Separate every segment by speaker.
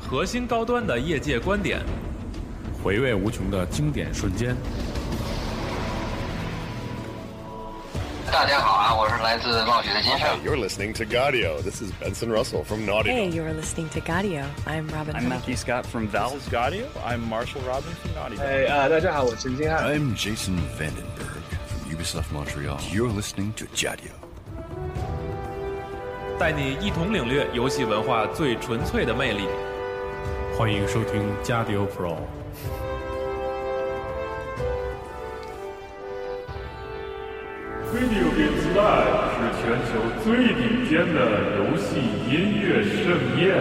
Speaker 1: 核心高端的业界观点，
Speaker 2: 回味无穷的经典瞬间。
Speaker 3: 大家好啊，我是来自暴雪的金盛。
Speaker 4: You're listening to Gaudio. This is Benson Russell from Naughty.
Speaker 5: Hey, you're listening to Gaudio. I'm Robin.
Speaker 6: I'm Matthew Scott from Valve.
Speaker 7: This is Gaudio. I'm Marshall Robin from Naughty. Dog.
Speaker 8: 哎啊，大家好，我陈金汉。
Speaker 9: I'm Jason Vandenberg from Ubisoft Montreal. You're listening to Jadio.
Speaker 1: 带你一同领略游戏文化最纯粹的魅力。
Speaker 2: 欢迎收听加迪欧 Pro。
Speaker 10: Video Games Live 是全球最顶尖的游戏音乐盛宴，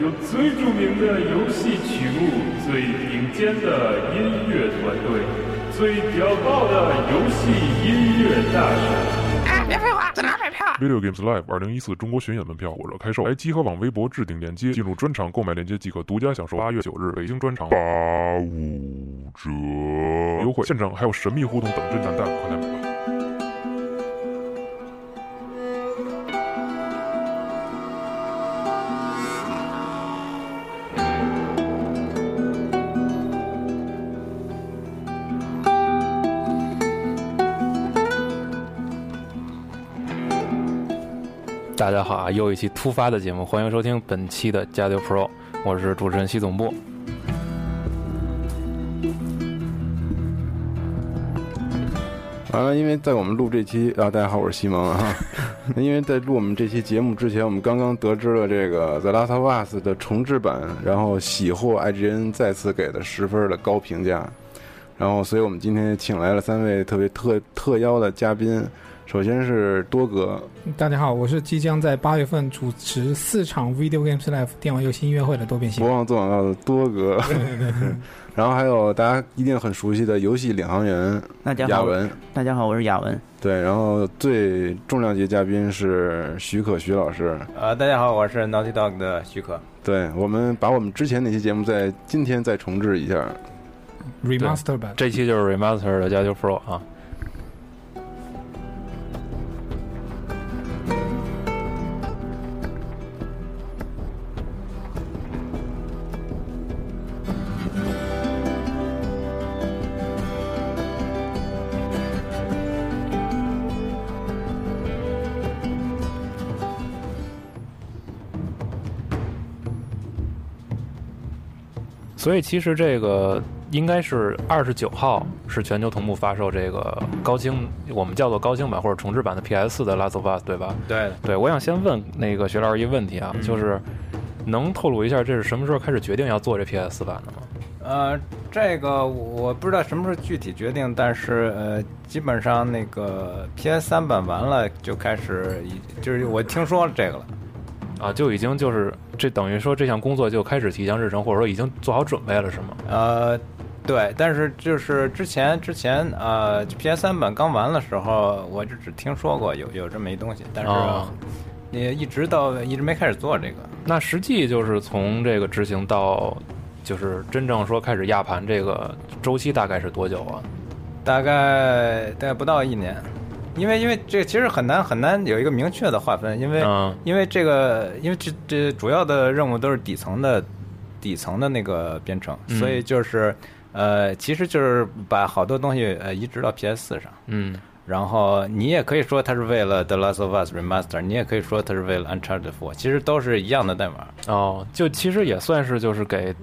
Speaker 10: 有最著名的游戏曲目、最顶尖的音乐团队、最屌爆的游戏音乐大神。
Speaker 11: Video Games Live 二零一四中国巡演门票火热开售，来集合网微博置顶链接，进入专场购买链接即可独家享受八月九日北京专场八五折优惠，现场还有神秘互动等着你蛋蛋，快来买吧！
Speaker 12: 大家好啊，又一期突发的节目，欢迎收听本期的加丢 Pro，我是主持人西总部。
Speaker 13: 完了，因为在我们录这期啊，大家好，我是西蒙啊。因为在录我们这期节目之前，我们刚刚得知了这个《The Last of Us》的重制版，然后喜获 IGN 再次给了十分的高评价。然后，所以我们今天请来了三位特别特特邀的嘉宾，首先是多哥，
Speaker 14: 大家好，我是即将在八月份主持四场 Video Games Live 电玩游戏音乐会的多变性
Speaker 13: 不。忘做广告的多哥，然后还有大家一定很熟悉的游戏领航员
Speaker 6: 大家
Speaker 13: 雅
Speaker 6: 好，
Speaker 13: 文，
Speaker 6: 大家好，我是雅文。
Speaker 13: 对，然后最重量级嘉宾是许可徐老师。
Speaker 15: 呃，大家好，我是 Naughty Dog 的许可。
Speaker 13: 对我们把我们之前那期节目在今天再重置一下。
Speaker 14: Remaster 版，
Speaker 12: 这期就是 Remaster 的加丢 Pro 啊，所以其实这个应该是二十九号是全球同步发售这个高清，我们叫做高清版或者重制版的 PS 的《Last of Us》，对吧？
Speaker 15: 对，
Speaker 12: 对，我想先问那个徐老师一个问题啊，就是能透露一下这是什么时候开始决定要做这 PS 版的吗？
Speaker 15: 呃，这个我不知道什么时候具体决定，但是呃，基本上那个 PS 三版完了就开始已，就是我听说了这个了。
Speaker 12: 啊，就已经就是这等于说这项工作就开始提前日程，或者说已经做好准备了，是吗？
Speaker 15: 呃，对，但是就是之前之前呃，PS 三版刚完的时候，我就只听说过有有这么一东西，但是
Speaker 12: 哦
Speaker 15: 也一直到一直没开始做这个。
Speaker 12: 那实际就是从这个执行到，就是真正说开始压盘这个周期大概是多久啊？
Speaker 15: 大概大概不到一年，因为因为这其实很难很难有一个明确的划分，因为、
Speaker 12: 嗯
Speaker 15: 因为这个因为这这主要的任务都是底层的底层的那个编程，
Speaker 12: 嗯
Speaker 15: 所以就是呃，其实就是把好多东西呃移植到 PS 四上。
Speaker 12: 嗯，
Speaker 15: 然后你也可以说它是为了《The Last of Us Remaster》，你也可以说它是为了《Uncharted 4》，其实都是一样的代码。
Speaker 12: 哦，就其实也算是就是给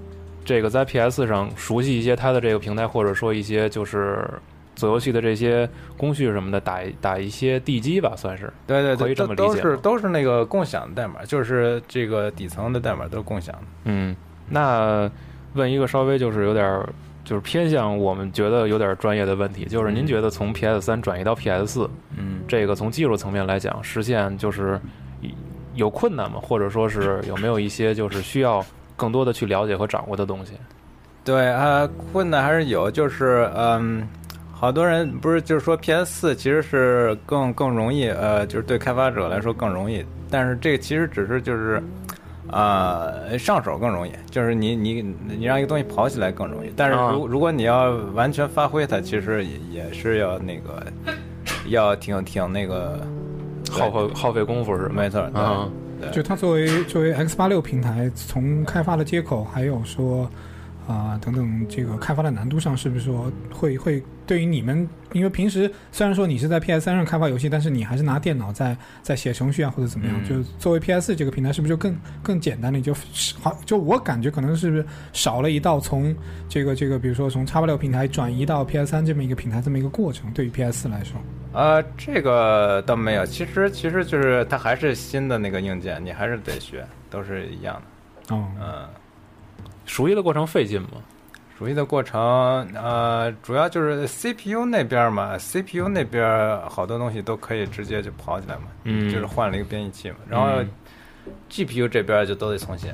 Speaker 12: 这个在 PS 上熟悉一些它的这个平台，或者说一些就是做游戏的这些工序什么的，打一打一些地基吧，算是。
Speaker 15: 对对
Speaker 12: 可以
Speaker 15: 对，
Speaker 12: 这
Speaker 15: 都
Speaker 12: 么
Speaker 15: 都
Speaker 12: 理解吗
Speaker 15: 是都是那个共享的代码，就是这个底层的代码都是共享的。
Speaker 12: 嗯，那问一个稍微就是有点儿就是偏向我们觉得有点儿专业的问题，就是您觉得从 PS 三转移到 PS 四，
Speaker 15: 嗯，
Speaker 12: 这个从技术层面来讲，实现就是有困难吗？或者说 是有没有一些就是需要更多的去了解和掌握的东西？
Speaker 15: 对啊，呃困难还是有，就是嗯，好多人不是就是说 PS 四其实是更更容易，呃，就是对开发者来说更容易，但是这个其实只是就是。呃，上手更容易，就是你你你让一个东西跑起来更容易，但是如、
Speaker 12: 啊
Speaker 15: 如果你要完全发挥它，其实也也是要那个，要挺挺那个，
Speaker 12: 耗费耗费功夫是吗？
Speaker 15: 没错，对
Speaker 12: 嗯，
Speaker 15: 对
Speaker 14: 就它作为作为 X 八六平台，从开发的接口，还有说啊、等等这个开发的难度上，是不是说会会对于你们，因为平时虽然说你是在 PS 三上开发游戏，但是你还是拿电脑在在写程序啊或者怎么样，
Speaker 8: 嗯
Speaker 14: 就作为 PS 这个平台，是不是就更更简单了？你就好，就我感觉可能是不是少了一道从这个这个，比如说从 x 八六平台转移到 PS 三这么一个平台这么一个过程，对于 PS 四来说。
Speaker 15: 呃，这个倒没有，其实其实就是它还是新的那个硬件，你还是得学，都是一样的。
Speaker 14: 哦，
Speaker 15: 嗯，
Speaker 12: 熟悉的过程费劲吗？
Speaker 15: 熟悉的过程，呃，主要就是 CPU 那边嘛，CPU 那边好多东西都可以直接就跑起来嘛，
Speaker 12: 嗯
Speaker 15: 就是换了一个编译器嘛，然后
Speaker 12: 嗯
Speaker 15: GPU 这边就都得重写，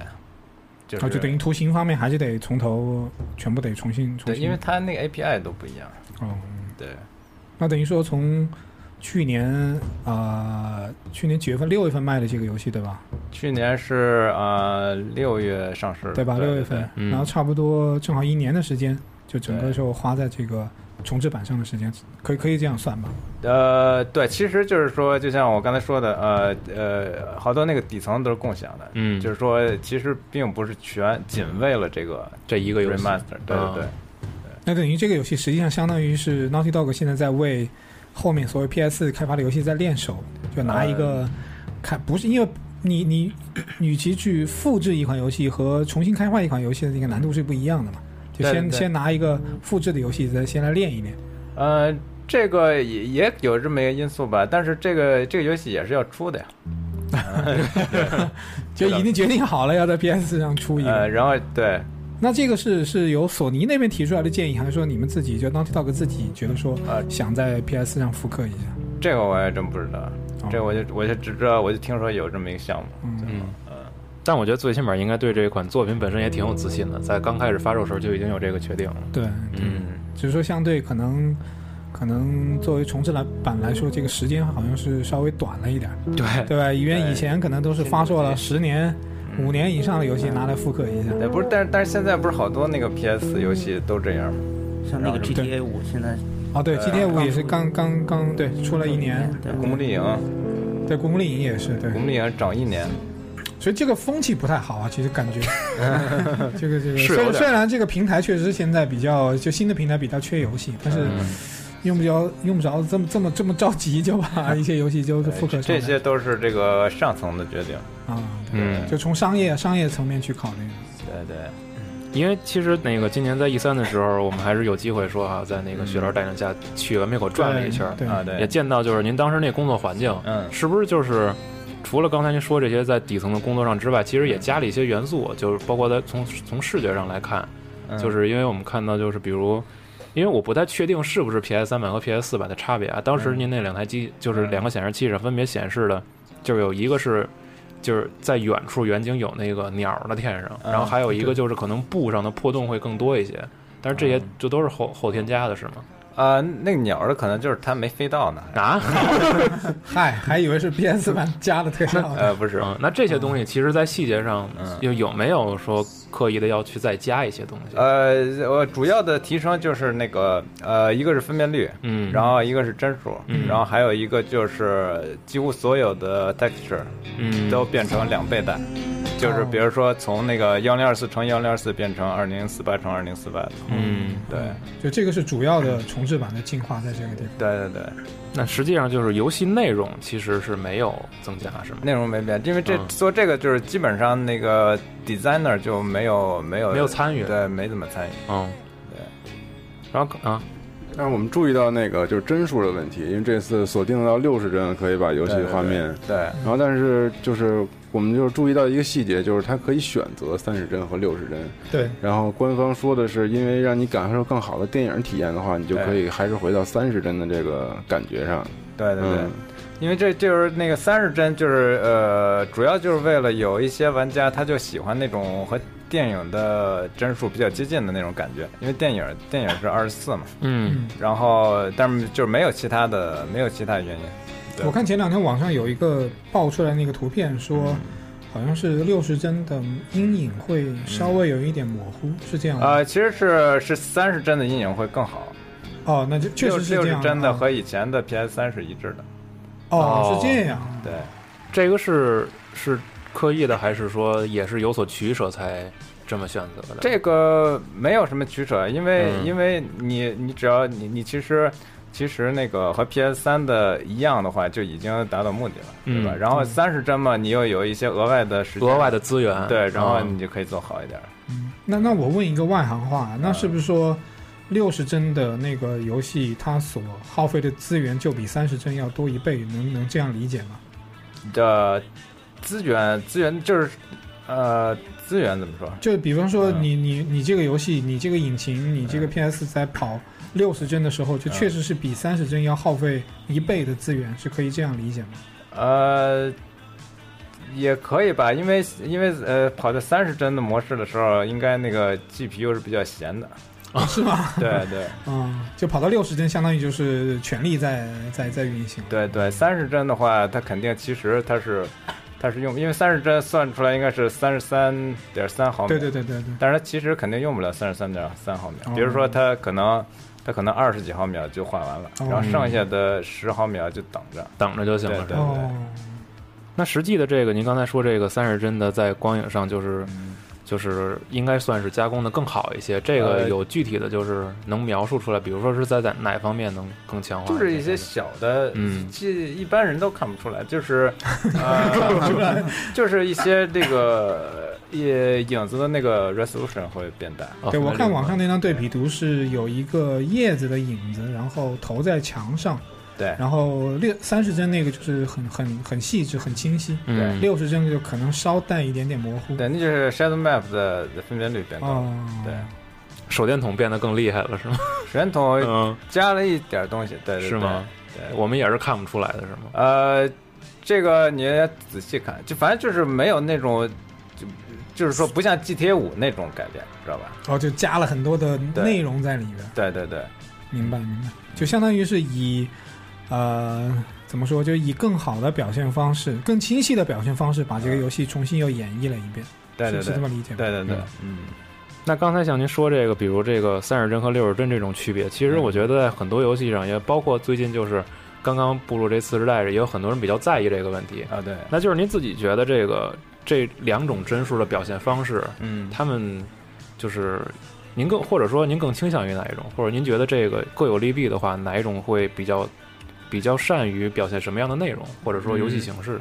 Speaker 15: 就是、
Speaker 14: 啊，就等于图形方面还是得从头全部得重新重
Speaker 15: 对，
Speaker 14: 新。
Speaker 15: 因为它那个 API 都不一样，
Speaker 14: 哦，
Speaker 15: 对，
Speaker 14: 那等于说从去年呃去年几月份六月份卖的这个游戏对吧？
Speaker 15: 去年是呃六月上市的，
Speaker 14: 对吧？嗯六月份，然后差不多正好一年的时间，就整个就花在这个重置版上的时间，可以可以这样算吧？
Speaker 15: 呃，对，其实就是说，就像我刚才说的，呃呃，好多那个底层都是共享的，
Speaker 12: 嗯
Speaker 15: 就是说，其实并不是全仅为了这个
Speaker 12: 这一个游戏
Speaker 15: remaster，对对对，
Speaker 12: 啊
Speaker 14: 那等于这个游戏实际上相当于是 Naughty Dog 现在在为后面所有 PS 开发的游戏在练手，就拿一
Speaker 15: 哎
Speaker 14: 个开不是因为你你与其去复制一款游戏和重新开发一款游戏的那个难度是不一样的嘛，就
Speaker 15: 对
Speaker 14: 先
Speaker 15: 对对
Speaker 14: 先拿一个复制的游戏再先来练一练。
Speaker 15: 呃，这个也也有这么一个因素吧，但是这个这个游戏也是要出的呀，
Speaker 14: 就已经决定好了要在 PS 上出一个。
Speaker 15: 呃，然后对，
Speaker 14: 那这个是是由索尼那边提出来的建议，还是说你们自己就 Naughty Dog 自己觉得说
Speaker 15: 哎
Speaker 14: 想在 PS 上复刻一下？
Speaker 15: 这个我还真不知道，这个我就我就只知道，我就听说有这么一个项目，
Speaker 12: 嗯，但我觉得最起码应该对这款作品本身也挺有自信的，在刚开始发售时候就已经有这个确定了。
Speaker 14: 对，
Speaker 12: 嗯，
Speaker 14: 只是说相对可能可能作为重置来版来说，这个时间好像是稍微短了一点儿。
Speaker 15: 对嗯
Speaker 14: 对吧？原以前可能都是发售了十年、五年以上的游戏拿来复刻一下。
Speaker 15: 对，不是，但是但是现在不是好多那个 PS 游戏都这样吗？
Speaker 6: 像那个
Speaker 15: 然后
Speaker 6: GTA 五现在
Speaker 14: 哦，对，GTA 五也是刚刚刚对
Speaker 15: 嗯
Speaker 14: 出了一年，
Speaker 15: 古墓丽影，
Speaker 14: 对，古墓丽影也是对
Speaker 15: 古，墓丽影涨一年，
Speaker 14: 所以这个风气不太好啊，其实感 觉。这个这个
Speaker 15: 是有
Speaker 14: 虽
Speaker 15: 点
Speaker 14: 虽然这个平台确实现在比较就新的平台比较缺游戏，但是
Speaker 15: 嗯
Speaker 14: 用不着用不着这么这么这么着急就把一些游戏就是复刻上
Speaker 15: 哎这
Speaker 14: 来
Speaker 15: 些都是这个上层的决定。
Speaker 14: 啊，
Speaker 12: 嗯
Speaker 14: 就从商业商业层面去考虑。
Speaker 15: 对对，
Speaker 12: 因为其实那个今年在 E 三的时候，我们还是有机会说哈、在那个雪莲带领下去了灭口转了一圈儿
Speaker 15: 对对啊对
Speaker 12: 也见到就是您当时那工作环境，
Speaker 15: 嗯，
Speaker 12: 是不是就是除了刚才您说这些在底层的工作上之外，其实也加了一些元素，就是包括在从从视觉上来看，
Speaker 15: 嗯
Speaker 12: 就是因为我们看到就是比如。因为我不太确定是不是 PS 三版和 PS 四版的差别啊。当
Speaker 15: 嗯
Speaker 12: 时您那两台机就是两个显示器上分别显示的，就是有一个是就是在远处远景有那个鸟儿的天上，
Speaker 15: 嗯
Speaker 12: 然后还有一个就是可能布上的破洞会更多一些。但是这
Speaker 15: 嗯
Speaker 12: 些就都是后后添加的，是吗？
Speaker 15: 啊，那个鸟儿的可能就是它没飞到呢。
Speaker 12: 啊？
Speaker 14: 嗨，还以为是 PS 版加的特效呢。
Speaker 15: 呃，不是，嗯
Speaker 12: 那这些东西其实，在细节上有有没有说刻意的要去再加一些东西？
Speaker 15: 呃，我主要的提升就是那个呃，一个是分辨率，
Speaker 12: 嗯
Speaker 15: 然后一个是帧数，
Speaker 12: 嗯
Speaker 15: 然后还有一个就是几乎所有的 texture，
Speaker 12: 嗯
Speaker 15: 都变成两倍大，
Speaker 14: 哦
Speaker 15: 就是比如说从那个幺零二四乘幺零二四变成二零四八乘二零四八，
Speaker 12: 嗯，
Speaker 15: 对，
Speaker 14: 就这个是主要的重置版的进化，在这个地方。
Speaker 15: 对对对，
Speaker 12: 那实际上就是游戏内容其实是没有增加，是吗？
Speaker 15: 内容没变，因为这
Speaker 12: 嗯
Speaker 15: 做这个就是基本上那个 designer 就没有没有
Speaker 12: 没有参与
Speaker 15: 对，没怎么参与，
Speaker 12: 嗯，然后啊，
Speaker 13: 但是我们注意到那个就是帧数的问题，因为这次锁定到六十帧可以把游戏
Speaker 15: 对对
Speaker 13: 画面，
Speaker 15: 对
Speaker 13: 然后但是就是我们就是注意到一个细节，就是它可以选择三十帧和六十帧，
Speaker 15: 嗯
Speaker 14: 对，
Speaker 13: 然后官方说的是，因为让你感受更好的电影体验的话，你就可以还是回到三十帧的这个感觉上。
Speaker 15: 对对对。
Speaker 13: 嗯
Speaker 15: 因为这就是那个三十帧，就是呃，主要就是为了有一些玩家他就喜欢那种和电影的帧数比较接近的那种感觉，因为电影电影是二十四嘛，
Speaker 12: 嗯，
Speaker 15: 然后但是就是没有其他的没有其他原因，对
Speaker 14: 我看前两天网上有一个爆出来那个图片，说好像是六十帧的阴影会稍微有一点模糊，是这样
Speaker 12: 嗯
Speaker 14: 吗？
Speaker 15: 呃，其实是是三十帧的阴影会更好，
Speaker 14: 哦，那就确实是
Speaker 15: 呃六
Speaker 14: 这
Speaker 15: 十
Speaker 14: 样。啊
Speaker 15: 帧的和哦以前的 PS 三是一致的，
Speaker 14: 哦，是这样。
Speaker 15: 对，
Speaker 12: 这个是是刻意的，还是说也是有所取舍才这么选择的？
Speaker 15: 这个没有什么取舍，因为、
Speaker 12: 嗯
Speaker 15: 因为你你只要你你其实其实那个和 PS 三的一样的话，就已经达到目的了，对吧？
Speaker 12: 嗯
Speaker 15: 然后三十帧嘛，你又有一些额外的时间、
Speaker 12: 额外的资源
Speaker 15: 对，然后
Speaker 12: 嗯
Speaker 15: 你就可以做好一点。
Speaker 14: 那那我问一个外行话，那是不是
Speaker 15: 嗯
Speaker 14: 说六十帧的那个游戏，它所耗费的资源就比三十帧要多一倍？能能这样理解吗？
Speaker 15: 的资源资源就是呃资源怎么说？
Speaker 14: 就比方说
Speaker 15: 嗯
Speaker 14: 你、你你这个游戏，你这个引擎，你这个 PS 在跑六十帧的时候，
Speaker 15: 嗯
Speaker 14: 就确实是比三十帧要耗费一倍的资源，是可以这样理解吗？
Speaker 15: 呃，也可以吧，因为因为呃，跑到三十帧的模式的时候，应该那个 GPU 是比较闲的，
Speaker 12: 哦
Speaker 14: 是吗？
Speaker 15: 对对
Speaker 14: 嗯，就跑到六十帧，相当于就是全力在在在运行。
Speaker 15: 对对，三十帧的话，它肯定其实它是它是用，因为三十帧算出来应该是三十三点三毫秒，
Speaker 14: 对对对对对，
Speaker 15: 但是它其实肯定用不了三十三点三毫秒，
Speaker 14: 哦
Speaker 15: 比如说它可能它可能二十几毫秒就画完了，
Speaker 12: 哦
Speaker 15: 然后剩下的十毫秒就等着
Speaker 12: 等着就行了。
Speaker 15: 对对对。
Speaker 14: 哦，
Speaker 12: 那实际的这个，您刚才说这个三十帧的，在光影上就是
Speaker 14: 嗯
Speaker 12: 就是应该算是加工的更好一些。这个
Speaker 15: 呃
Speaker 12: 有具体的就是能描述出来，比如说是在在哪方面能更强化？
Speaker 15: 就是一些小的，
Speaker 12: 嗯
Speaker 15: 这一般人都看不出来，就是， 呃，就是一些这个也影子的那个 resolution 会变大。
Speaker 14: 对我看
Speaker 12: 哦
Speaker 14: 网上那张对比图是有一个叶子的影子，然后投在墙上。
Speaker 15: 对
Speaker 14: 然后六三十帧那个就是很很很细致、很清晰，
Speaker 15: 嗯
Speaker 14: 六十帧就可能稍带一点点模糊。
Speaker 15: 对，那就是 shadow map 的的分辨率变高了。
Speaker 14: 哦
Speaker 15: 对，
Speaker 12: 手电筒变得更厉害了，是吗？
Speaker 15: 手电筒加了一点东西，对对对
Speaker 12: 是吗？
Speaker 15: 对，
Speaker 12: 我们也是看不出来的，是吗？
Speaker 15: 呃，这个你也仔细看，就反正就是没有那种，就就是说不像 GTA 五那种改变，知道吧？
Speaker 14: 然后哦就加了很多的内容在里边。
Speaker 15: 对对对，
Speaker 14: 明白，
Speaker 15: 嗯
Speaker 14: 明白，就相当于是以，呃，怎么说，就以更好的表现方式、更清晰的表现方式，把这个游戏重新又演绎了一遍。
Speaker 15: 嗯对对对，
Speaker 14: 是是这么理解吗？
Speaker 15: 对对对，嗯
Speaker 12: 那刚才像您说这个，比如这个三十帧和六十帧这种区别，其实我觉得在很多游戏上，也包括最近就是刚刚步入这次时代，也有很多人比较在意这个问题
Speaker 15: 啊。对，
Speaker 12: 那就是您自己觉得这个这两种帧数的表现方式，
Speaker 15: 嗯，
Speaker 12: 他们就是您更或者说您更倾向于哪一种，或者您觉得这个各有利弊的话，哪一种会比较比较善于表现什么样的内容，或者说游戏形式？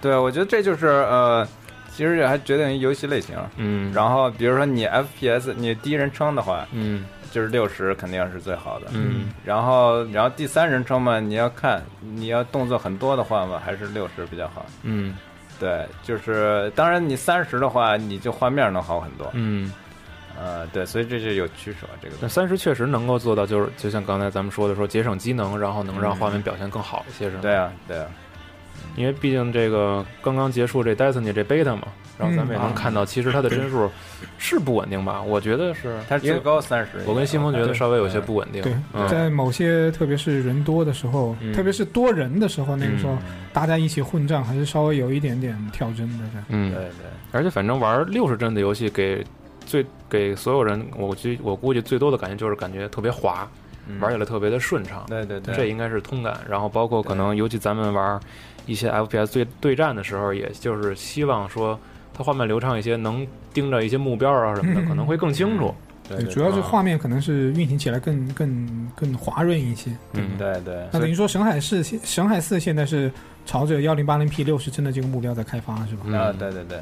Speaker 15: 对，我觉得这就是呃，其实也还决定于游戏类型。
Speaker 12: 嗯，
Speaker 15: 然后比如说你 FPS，你第一人称的话，
Speaker 12: 嗯，
Speaker 15: 就是六十肯定是最好的。
Speaker 12: 嗯，
Speaker 15: 然后然后第三人称嘛，你要看你要动作很多的话嘛，还是六十比较好。
Speaker 12: 嗯
Speaker 15: 对，就是当然你三十的话，你就画面能好很多。
Speaker 12: 嗯，
Speaker 15: 呃，对，所以这就有取舍这个
Speaker 12: 那
Speaker 15: 东西。
Speaker 12: 三十确实能够做到，就是就像刚才咱们说的，说节省机能，然后能让
Speaker 15: 嗯
Speaker 12: 画面表现更好一些，是吗？
Speaker 15: 对啊，对啊，
Speaker 12: 因为毕竟这个刚刚结束这 Destiny 这 beta 嘛，然后咱们也能看到，其实它的帧数是不稳定吧？我觉得是，
Speaker 15: 它
Speaker 12: 因为
Speaker 15: 最高三十。啊
Speaker 12: 我跟新峰觉得
Speaker 14: 对
Speaker 12: 稍微有些不稳定。
Speaker 14: 对，
Speaker 12: 嗯
Speaker 14: 在某些特别是人多的时候，
Speaker 12: 嗯
Speaker 14: 特别是多人的时候，那个时候、
Speaker 12: 嗯
Speaker 14: 大家一起混战，还是稍微有一点点跳帧的。对
Speaker 12: 嗯，
Speaker 15: 对对。
Speaker 12: 而且反正玩六十帧的游戏给最给所有人，我估我估计最多的感觉就是感觉特别滑，
Speaker 15: 嗯
Speaker 12: 玩起来特别的顺畅。
Speaker 15: 对对对
Speaker 12: 这应该是通感。然后包括可能尤其咱们玩一些 FPS 对对战的时候，也就是希望说它画面流畅一些，能盯着一些目标啊什么的，
Speaker 14: 嗯
Speaker 12: 可能会更清楚。
Speaker 14: 对，
Speaker 12: 嗯
Speaker 14: 主要是画面可能是运行起来更更更滑润一些。
Speaker 12: 嗯，
Speaker 15: 对对
Speaker 14: 那等于说沈海市现沈海四现在是朝着幺零八零 P 六十帧的这个目标在开发是吧？
Speaker 12: 嗯
Speaker 15: 啊，对对对，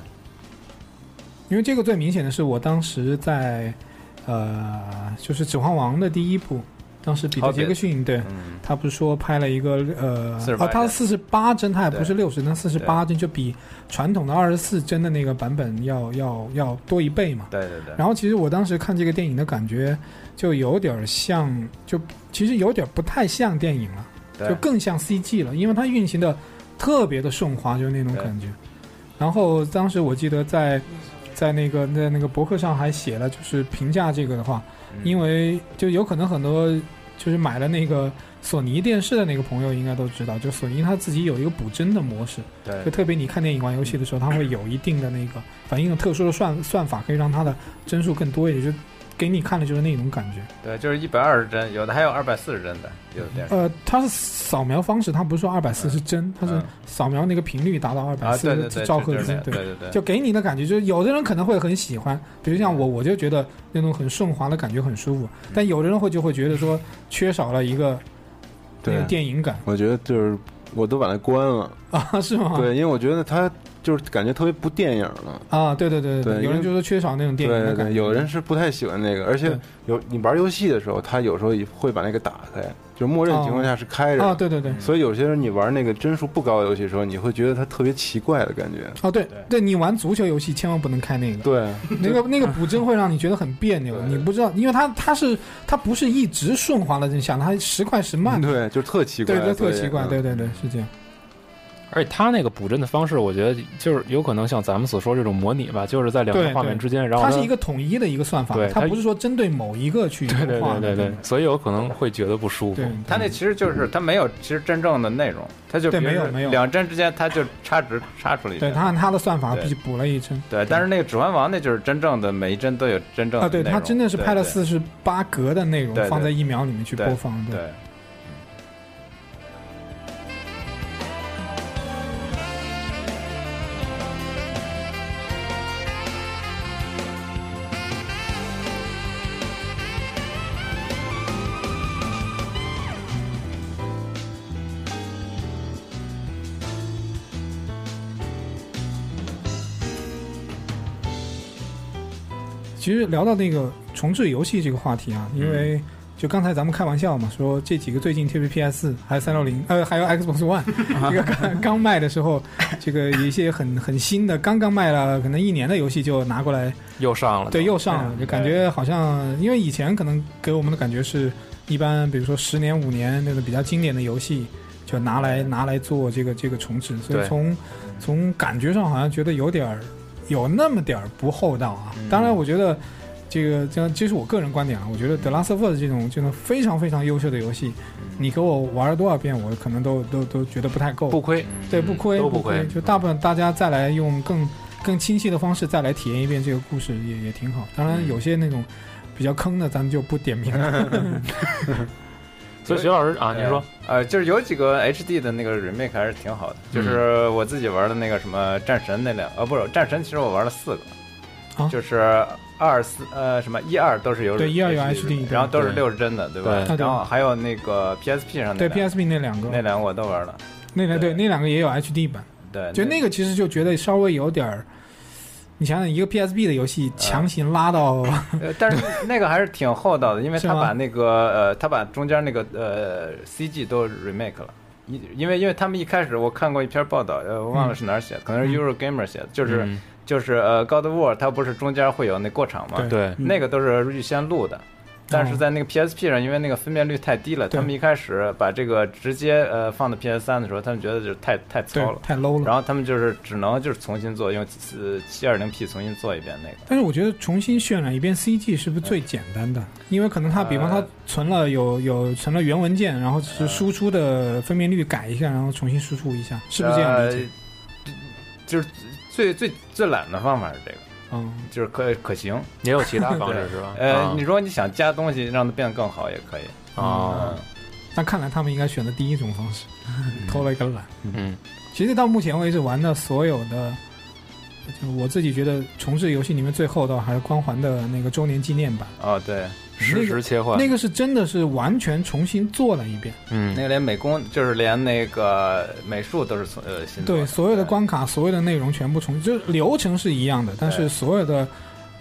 Speaker 14: 因为这个最明显的是我当时在，呃，就是《指环王》的第一部，当时彼得
Speaker 15: Hobbit
Speaker 14: 杰克逊对、
Speaker 15: 嗯
Speaker 14: 他不是说拍了一个呃
Speaker 15: 48
Speaker 14: 哦，他四十八帧，他也不是
Speaker 15: 对
Speaker 14: 六十帧，四十八帧就比传统的二十四帧的那个版本要要要多一倍嘛。
Speaker 15: 对对对。
Speaker 14: 然后其实我当时看这个电影的感觉，就有点儿像，就其实有点儿不太像电影了，
Speaker 15: 对
Speaker 14: 就更像 CG 了，因为它运行的特别的顺滑，就是那种感觉。然后当时我记得在在那个在那个博客上还写了，就是评价这个的话，
Speaker 15: 嗯
Speaker 14: 因为就有可能很多就是买了那个索尼电视的那个朋友应该都知道，就索尼它自己有一个补帧的模式，
Speaker 15: 对
Speaker 14: 就特别你看电影玩游戏的时候，它会有一定的那个反映的特殊的算算法，可以让它的帧数更多一点，就给你看的就是那种感觉。
Speaker 15: 对，就是一百二十帧，有的还有二百四十帧的，有的电视。
Speaker 14: 呃，它是扫描方式，它不是说二百四十帧，它是扫描那个频率达到二
Speaker 15: 嗯
Speaker 14: 百
Speaker 15: 啊对对
Speaker 14: 四
Speaker 15: 对
Speaker 14: 十兆赫
Speaker 15: 就是这
Speaker 14: 兹
Speaker 15: 样，对对对
Speaker 14: 就给你的感觉就是，有的人可能会很喜欢，比如像
Speaker 15: 嗯
Speaker 14: 我，我就觉得那种很顺滑的感觉很舒服，但有的人会就会觉得说缺少了一个那个电影感
Speaker 13: 我觉得就是我都把它关了，
Speaker 14: 啊，是吗？
Speaker 15: 嗯
Speaker 13: 对，因为我觉得它就是感觉特别不电影了。
Speaker 14: 啊，对对对
Speaker 13: 对
Speaker 14: 有
Speaker 13: 因
Speaker 14: 人
Speaker 13: 为
Speaker 14: 就说缺少那种
Speaker 13: 对
Speaker 14: 电影的
Speaker 13: 对
Speaker 14: 感
Speaker 13: 对，
Speaker 14: 觉，
Speaker 13: 有人是不太喜欢那个，而且有你玩游戏的时候，它有时候也会把那个打开，就默认情况下是开着的
Speaker 14: 哦啊对对对
Speaker 13: 所以有些人你玩那个帧数不高的游戏的时候，你会觉得它特别奇怪的感觉。
Speaker 14: 哦，对对，你玩足球游戏千万不能开那个，
Speaker 13: 对，
Speaker 14: 那个那个补帧会让你觉得很别扭，你不知道，因为它它是它不是一直顺滑的这下，它时快时慢，
Speaker 13: 嗯对，就特奇
Speaker 14: 对对，特奇怪，
Speaker 13: 嗯
Speaker 14: 对对对，是这样。
Speaker 12: 而且他那个补帧的方式，我觉得就是有可能像咱们所说这种模拟吧，就是在两
Speaker 14: 对
Speaker 12: 个画面之间，然后
Speaker 14: 它是一个统一的一个算法
Speaker 12: 对，它
Speaker 14: 不是说针对某一个去优
Speaker 12: 对对
Speaker 14: 化
Speaker 12: 对
Speaker 14: 的。
Speaker 12: 对对，所以有可能会觉得不舒服。
Speaker 15: 它那其实就是它没有，其实真正的内容，它就
Speaker 14: 对
Speaker 15: 比如
Speaker 14: 没有
Speaker 15: 说
Speaker 14: 没有
Speaker 15: 两帧之间，它就差值差出了一帧。
Speaker 14: 对它按它的算法
Speaker 15: 对
Speaker 14: 比补了一帧
Speaker 15: 对，但是那个《指环王》那就是真正的每一帧都有真正的
Speaker 14: 啊，对，
Speaker 15: 内
Speaker 14: 它
Speaker 15: 容
Speaker 14: 真的是
Speaker 15: 对
Speaker 14: 拍了
Speaker 15: 对
Speaker 14: 四十八格的内容
Speaker 15: 对对
Speaker 14: 放在一秒里面去播放，
Speaker 15: 对。
Speaker 14: 其实聊到那个重置游戏这个话题啊，因为就刚才咱们开玩笑嘛，说这几个最近特别 PS 还有三六零，呃，还有 Xbox One，这个刚刚卖的时候，这个有一些很很新的，刚刚卖了可能一年的游戏就拿过来，
Speaker 12: 又上了，
Speaker 14: 对，啊又上了，就感觉好像，因为以前可能给我们的感觉是一般，比如说十年、五年那种比较经典的游戏，就拿来拿来做这个这个重置，所以
Speaker 12: 对
Speaker 14: 从从感觉上好像觉得有点儿有那么点儿不厚道啊。当然，我觉得这个这这是我个人观点啊，我觉得《德拉斯 f 的这种这种非常非常优秀的游戏，你给我玩了多少遍，我可能都都都觉得不太够，
Speaker 12: 不亏，
Speaker 15: 嗯
Speaker 14: 对，不亏，
Speaker 12: 都
Speaker 14: 不
Speaker 12: 不亏
Speaker 14: 就大部分大家再来用更更清晰的方式再来体验一遍这个故事也也挺好。当
Speaker 15: 嗯
Speaker 14: 然，有些那种比较坑的，咱们就不点名 了。
Speaker 12: 所以徐老师啊，您说，
Speaker 15: 呃，就是有几个 HD 的那个 remake 还是挺好的，
Speaker 12: 嗯
Speaker 15: 就是我自己玩的那个什么战神那两，呃，不是战神，其实我玩了四个，就是二四呃什么一二都是有
Speaker 14: 啊对一二有
Speaker 15: HD，
Speaker 14: HD
Speaker 15: 的
Speaker 14: 对
Speaker 15: 然后都是
Speaker 14: 对
Speaker 15: 六十帧的，对吧
Speaker 14: 对啊？对
Speaker 15: 然后还有那个 PSP 上那
Speaker 14: 对
Speaker 15: 两
Speaker 14: PSP 那两
Speaker 15: 那
Speaker 14: 个，
Speaker 15: 两个我都玩了，
Speaker 14: 那两对那两个也有 HD 版，
Speaker 15: 对，
Speaker 14: 就那个其实就觉得稍微有点儿。你想想，一个 PSP 的游戏强行拉到，
Speaker 15: 呃，但是那个还是挺厚道的，因为
Speaker 14: 是
Speaker 15: 他
Speaker 14: 吗
Speaker 15: 把那个呃，他把中间那个呃 CG 都 remake 了。因因为因为他们一开始我看过一篇报道，呃，我忘了是哪儿
Speaker 14: 嗯
Speaker 15: 写的，可能是 Eurogamer 写的，就是、
Speaker 12: 嗯
Speaker 15: 就是呃 God of War 它不是中间会有那过场嘛，
Speaker 12: 对对
Speaker 15: 那个都是预先录的。
Speaker 14: 嗯
Speaker 15: 但是在那个 PSP 上，因为那个分辨率太低了，他们一开始把这个直接呃放到 PS 三的时候，他们觉得就是太太糙了，
Speaker 14: 太 low 了。
Speaker 15: 然后他们就是只能就是重新做，用呃七二零 P 重新做一遍那个。
Speaker 14: 但是我觉得重新渲染一遍 CG 是不是最简单
Speaker 12: 哎
Speaker 14: 的？因为可能它，比
Speaker 12: 呃
Speaker 14: 方它存了有有存了原文件，然后只是输出的分辨率改一下，然后重新输出一下，是不是这样理解？
Speaker 15: 呃就是最最最懒的方法是这个，
Speaker 14: 嗯，
Speaker 15: 就是可可行，
Speaker 12: 也有其他方式是吧
Speaker 15: 对呃
Speaker 12: 啊，
Speaker 15: 你如果你想加东西让它变得更好也可以
Speaker 14: 啊
Speaker 12: 哦
Speaker 15: 嗯
Speaker 14: 那看来他们应该选的第一种 方式，偷了一个懒。
Speaker 12: 嗯，
Speaker 14: 其实到目前为止玩的所有的，就我自己觉得重置游戏里面最厚道还是光环的那个周年纪念版，
Speaker 15: 哦，对，
Speaker 12: 实时切换
Speaker 14: 那个是真的是完全重新做了一遍。
Speaker 12: 嗯，
Speaker 15: 那个连美工就是连那个美术都是从呃新做
Speaker 14: 对，所有的关卡、所有的内容全部重，就是流程是一样的，但是所有的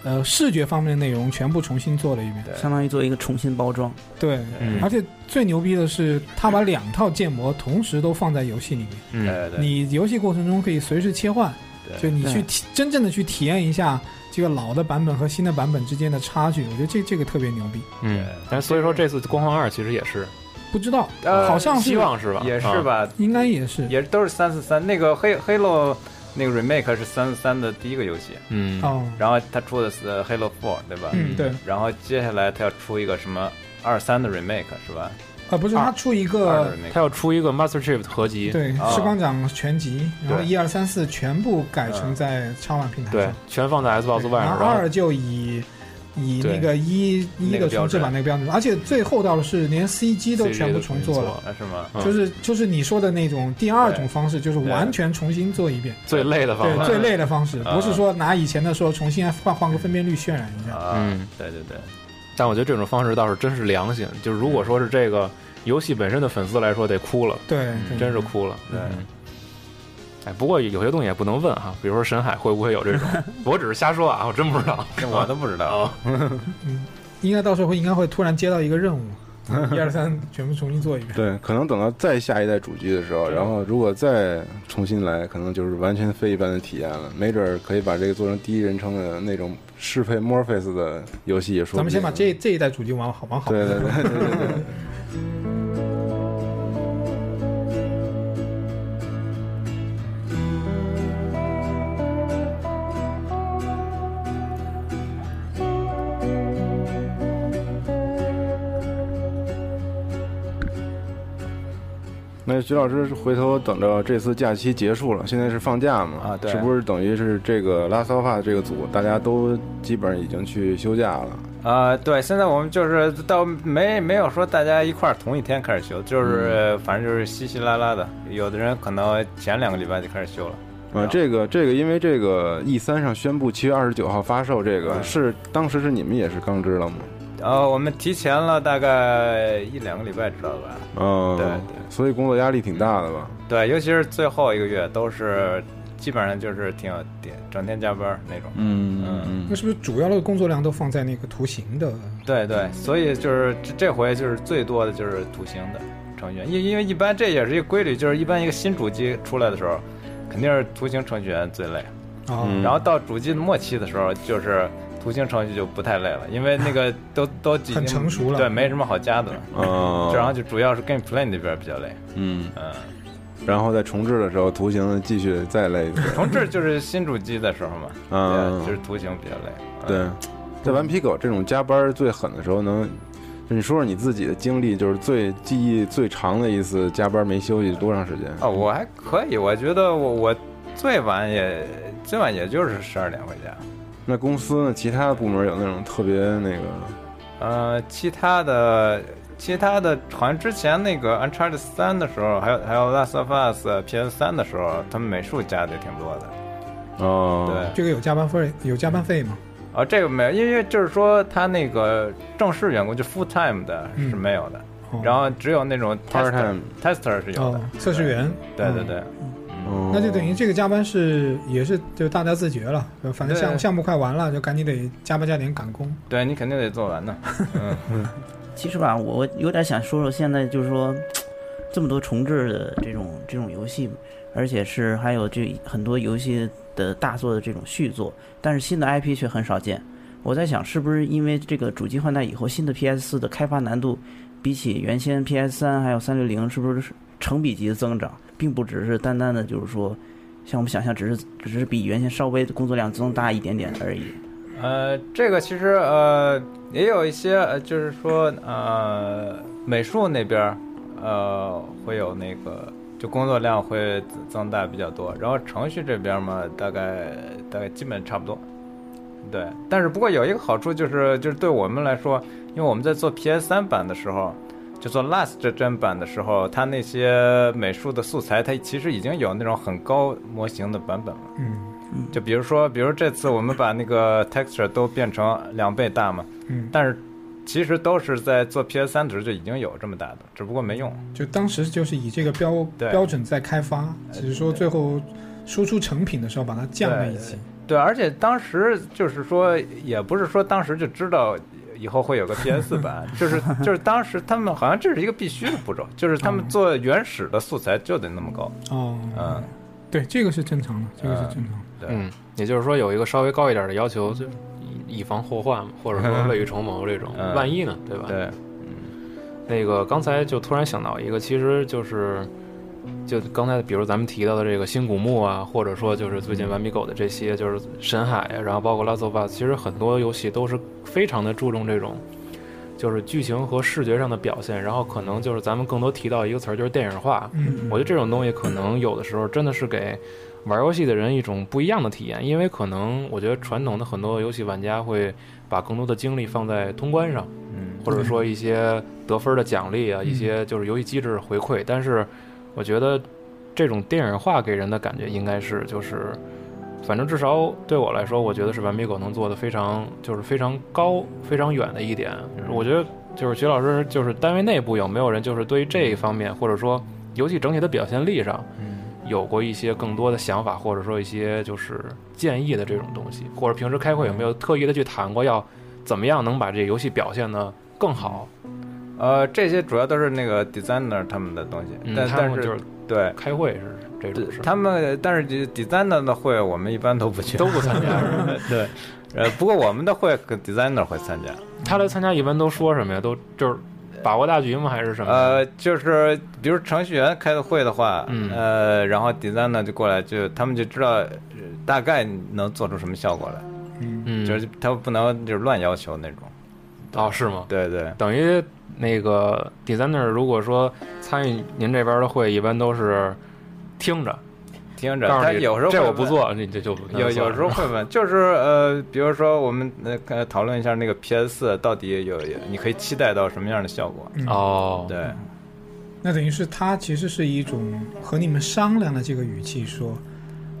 Speaker 14: 呃视觉方面的内容全部重新做了一遍。
Speaker 6: 相当于做一个重新包装。
Speaker 14: 对，
Speaker 6: 嗯
Speaker 14: 而且最牛逼的是，他把两套建模同时都放在游戏里面，
Speaker 12: 嗯，
Speaker 15: 对对，
Speaker 14: 你游戏过程中可以随时切换，就
Speaker 15: 对
Speaker 14: 你去体真正的去体验一下这个老的版本和新的版本之间的差距。我觉得这这个特别牛逼。
Speaker 12: 嗯，但是所以说这次《光环二》其实也是，
Speaker 14: 不知道，
Speaker 15: 呃
Speaker 14: 好像是
Speaker 12: 希望是吧？啊
Speaker 15: 也是吧，
Speaker 14: 应该也是，
Speaker 15: 也都是三四三那个黑黑 o 那个 remake 是三四三的第一个游戏，
Speaker 12: 嗯
Speaker 14: 哦
Speaker 15: 然后他出的是呃 Halo Four，对吧？
Speaker 14: 嗯对。
Speaker 15: 然后接下来他要出一个什么二三的 remake 是吧？
Speaker 14: 啊，不是他出一
Speaker 15: 二
Speaker 14: 个
Speaker 15: 的 remake
Speaker 12: 他要出一个 Master Chief 合集，
Speaker 14: 对
Speaker 12: 啊
Speaker 14: 士官长全集，然后
Speaker 12: 对
Speaker 14: 一二三四全部改成在叉 o 平台上
Speaker 12: 对。，全放在 Xbox 外
Speaker 14: 然
Speaker 12: 面，
Speaker 14: 后
Speaker 12: 然后
Speaker 14: 二就以以
Speaker 12: 对
Speaker 14: 那个一一
Speaker 12: 那个
Speaker 14: 的重置版那个标准，而且最厚道的是连 CG 都全部重做了，
Speaker 15: 是吗？
Speaker 12: 嗯
Speaker 14: 就是就是你说的那种第二种方式，就是完全重新做一遍，
Speaker 12: 最累的方法，
Speaker 14: 对，最累的方式，
Speaker 12: 啊
Speaker 14: 不是说拿以前的说重新换换个分辨率渲染一下。
Speaker 12: 嗯，
Speaker 15: 啊对对对。
Speaker 12: 但我觉得这种方式倒是真是良心，就是如果说是这个游戏本身的粉丝来说，得哭了，
Speaker 14: 对
Speaker 12: 嗯
Speaker 14: 对
Speaker 12: 真是哭了，对。
Speaker 15: 嗯
Speaker 12: 哎，不过有些东西也不能问哈，比如说深海会不会有这 种？我只是瞎说啊，我真不知道，
Speaker 15: 我都不知道。
Speaker 14: 嗯应该到时候应该会突然接到一个任务，嗯 一二三全部重新做一遍。
Speaker 13: 对，可能等到再下一代主机的时候，然后如果再重新来，可能就是完全非一般的体验了。没准儿可以把这个做成第一人称的那种适配 Morpheus 的游戏也说
Speaker 14: 咱
Speaker 13: 不定。
Speaker 14: 们先把这这一代主机玩好玩好。
Speaker 13: 对对对对对对。那徐老师回头等着这次假期结束了，现在是放假嘛？啊，
Speaker 15: 对
Speaker 13: 是不是等于是这个拉骚发这个组大家都基本上已经去休假了？
Speaker 15: 呃，对，现在我们就是到没没有说大家一块儿同一天开始休，就是、反正就是稀稀拉拉的，有的人可能前两个礼拜就开始休了。
Speaker 13: 啊，这个这个，因为这个 E 三上宣布七月二十九号发售，这个是当时是你们也是刚知道吗？
Speaker 15: 呃，我们提前了大概一两个礼拜知道吧？
Speaker 13: 嗯，
Speaker 15: 哦对
Speaker 13: 所以工作压力挺大的吧？
Speaker 15: 对，尤其是最后一个月都是基本上就是挺挺整天加班儿那种。
Speaker 13: 嗯
Speaker 15: 嗯
Speaker 14: 那是不是主要的工作量都放在那个图形的？
Speaker 15: 对对，所以就是这这回就是最多的就是土星的成员，因因为一般这也是一个规律，就是一般一个新主机出来的时候，肯定是图形程序员最累，
Speaker 14: 哦
Speaker 15: 然后到主机末期的时候就是。图形程序就不太累了，因为那个都都已经
Speaker 14: 很成熟了
Speaker 15: 对，没什么好加的了。
Speaker 13: 哦
Speaker 15: 然后就主要是 gameplay 那边比较累。
Speaker 13: 嗯
Speaker 15: 嗯，
Speaker 13: 然后在重置的时候，图形继续再累一次。
Speaker 15: 重置就是新主机的时候嘛，
Speaker 13: 嗯
Speaker 15: 对就是嗯图形比较累。
Speaker 13: 对，在顽皮狗这种加班最狠的时候能，就你说说你自己的经历，就是最记忆最长的一次加班没休息多长时间？
Speaker 15: 哦，我还可以，我觉得我我最晚也最晚也就是十二点回家。
Speaker 13: 那公司呢？其他的部门有那种特别那个
Speaker 15: 呃，其他的其他的，好像之前那个 Uncharted 三的时候，还有还有 Last of Us PS 三的时候，他们美术加的也挺多的。
Speaker 13: 哦，
Speaker 15: 对
Speaker 14: 这个有加班费，有加班费吗？
Speaker 15: 啊，这个没有，因为就是说他那个正式员工就 full time 的
Speaker 14: 嗯
Speaker 15: 是没有的，然后只有那种
Speaker 13: Part
Speaker 15: tester
Speaker 13: time
Speaker 15: tester 是有的
Speaker 14: 哦。，测试员。嗯
Speaker 15: 对对对，
Speaker 13: 哦
Speaker 14: 那就等于这个加班是也是就大家自觉了，反正项
Speaker 15: 对
Speaker 14: 项目快完了，就赶紧得加班加点赶工。
Speaker 15: 对你肯定得做完呢。嗯，
Speaker 6: 其实吧，我我有点想说说现在就是说，这么多重置的这种这种游戏，而且是还有这很多游戏的大作的这种续作，但是新的 IP 却很少见。我在想，是不是因为这个主机换代以后，新的 PS 四的开发难度比起原先 PS 三还有三六零，是不是成比级的增长，并不只是单单的就是说，像我们想象，只是只是比原先稍微的工作量增大一点点而已。
Speaker 15: 呃，这个其实呃也有一些，呃，就是说呃美术那边儿呃会有那个就工作量会增大比较多，然后程序这边嘛大概大概基本差不多。对，但是不过有一个好处就是就是对我们来说，因为我们在做 PS 三版的时候。就做 Last 这帧版的时候，它那些美术的素材，它其实已经有那种很高模型的版本了。
Speaker 14: 嗯
Speaker 15: 就比如说，比如这次我们把那个 texture 都变成两倍大嘛，
Speaker 14: 嗯，
Speaker 15: 但是其实都是在做 PS 三的时候就已经有这么大的，只不过没用。
Speaker 14: 就当时就是以这个标
Speaker 15: 对呃
Speaker 14: 标准在开发，只是说最后输出成品的时候把它降了一级。
Speaker 15: 对，而且当时就是说，也不是说当时就知道以后会有个 PS 四版，就是就是当时他们好像这是一个必须的步骤，就是他们做原始的素材就得那么高。
Speaker 14: 哦，
Speaker 15: 嗯，，
Speaker 14: 对，这个是正常的，这个是正常的。
Speaker 12: 嗯，也就是说有一个稍微高一点的要求，就以以防祸患嘛，或者说未雨绸缪这种
Speaker 15: 嗯
Speaker 12: 万一呢，对吧？
Speaker 15: 对，
Speaker 12: 那个刚才就突然想到一个，其实就是就刚才比如咱们提到的这个新古墓啊，或者说就是最近顽皮狗的这些，就是神海啊，然后包括拉索巴，其实很多游戏都是非常的注重这种。就是剧情和视觉上的表现，然后可能就是咱们更多提到一个词儿，就是电影化。
Speaker 14: 嗯
Speaker 12: 我觉得这种东西可能有的时候真的是给玩游戏的人一种不一样的体验，因为可能我觉得传统的很多游戏玩家会把更多的精力放在通关上，
Speaker 15: 嗯
Speaker 12: 或者说一些得分的奖励啊，一些就是游戏机制回馈。但是我觉得这种电影化给人的感觉应该是就是。反正至少对我来说，我觉得是顽皮狗能做的非常就是非常高、非常远的一点。我觉得就是徐老师，就是单位内部有没有人就是对于这一方面，或者说游戏整体的表现力上，有过一些更多的想法，或者说一些就是建议的这种东西，或者平时开会有没有特意的去谈过要怎么样能把这游戏表现的更好？
Speaker 15: 呃，这些主要都是那个 designer 他们的东西，
Speaker 12: 嗯
Speaker 15: 但
Speaker 12: 他们
Speaker 15: 但是
Speaker 12: 就是
Speaker 15: 对
Speaker 12: 开会是这种事。
Speaker 15: 他们但是就 designer 的会我们一般都不去，
Speaker 12: 都不参加
Speaker 15: 对，呃，不过我们的会可 designer 会参加。
Speaker 12: 他来参加一般都说什么呀？都就是把握大局吗？还是什么？
Speaker 15: 呃，就是比如程序员开的会的话，
Speaker 12: 嗯
Speaker 15: 呃，然后 designer 就过来，就他们就知道呃大概能做出什么效果来，
Speaker 12: 嗯
Speaker 15: 就是他不能就是乱要求那种。
Speaker 12: 哦，是吗？
Speaker 15: 对对，
Speaker 12: 等于那个 designer 如果说参与您这边的会，一般都是听着，
Speaker 15: 听着
Speaker 12: 告诉
Speaker 15: 他
Speaker 12: 你
Speaker 15: 有时候
Speaker 12: 这
Speaker 15: 会
Speaker 12: 我不
Speaker 15: 问
Speaker 12: 做，你这就不
Speaker 15: 有有时候会 问，就是呃，比如说我们呃看讨论一下那个 PS 四到底有你可以期待到什么样的效果
Speaker 14: 嗯？
Speaker 12: 哦，
Speaker 15: 对，
Speaker 14: 那等于是他其实是一种和你们商量的这个语气说，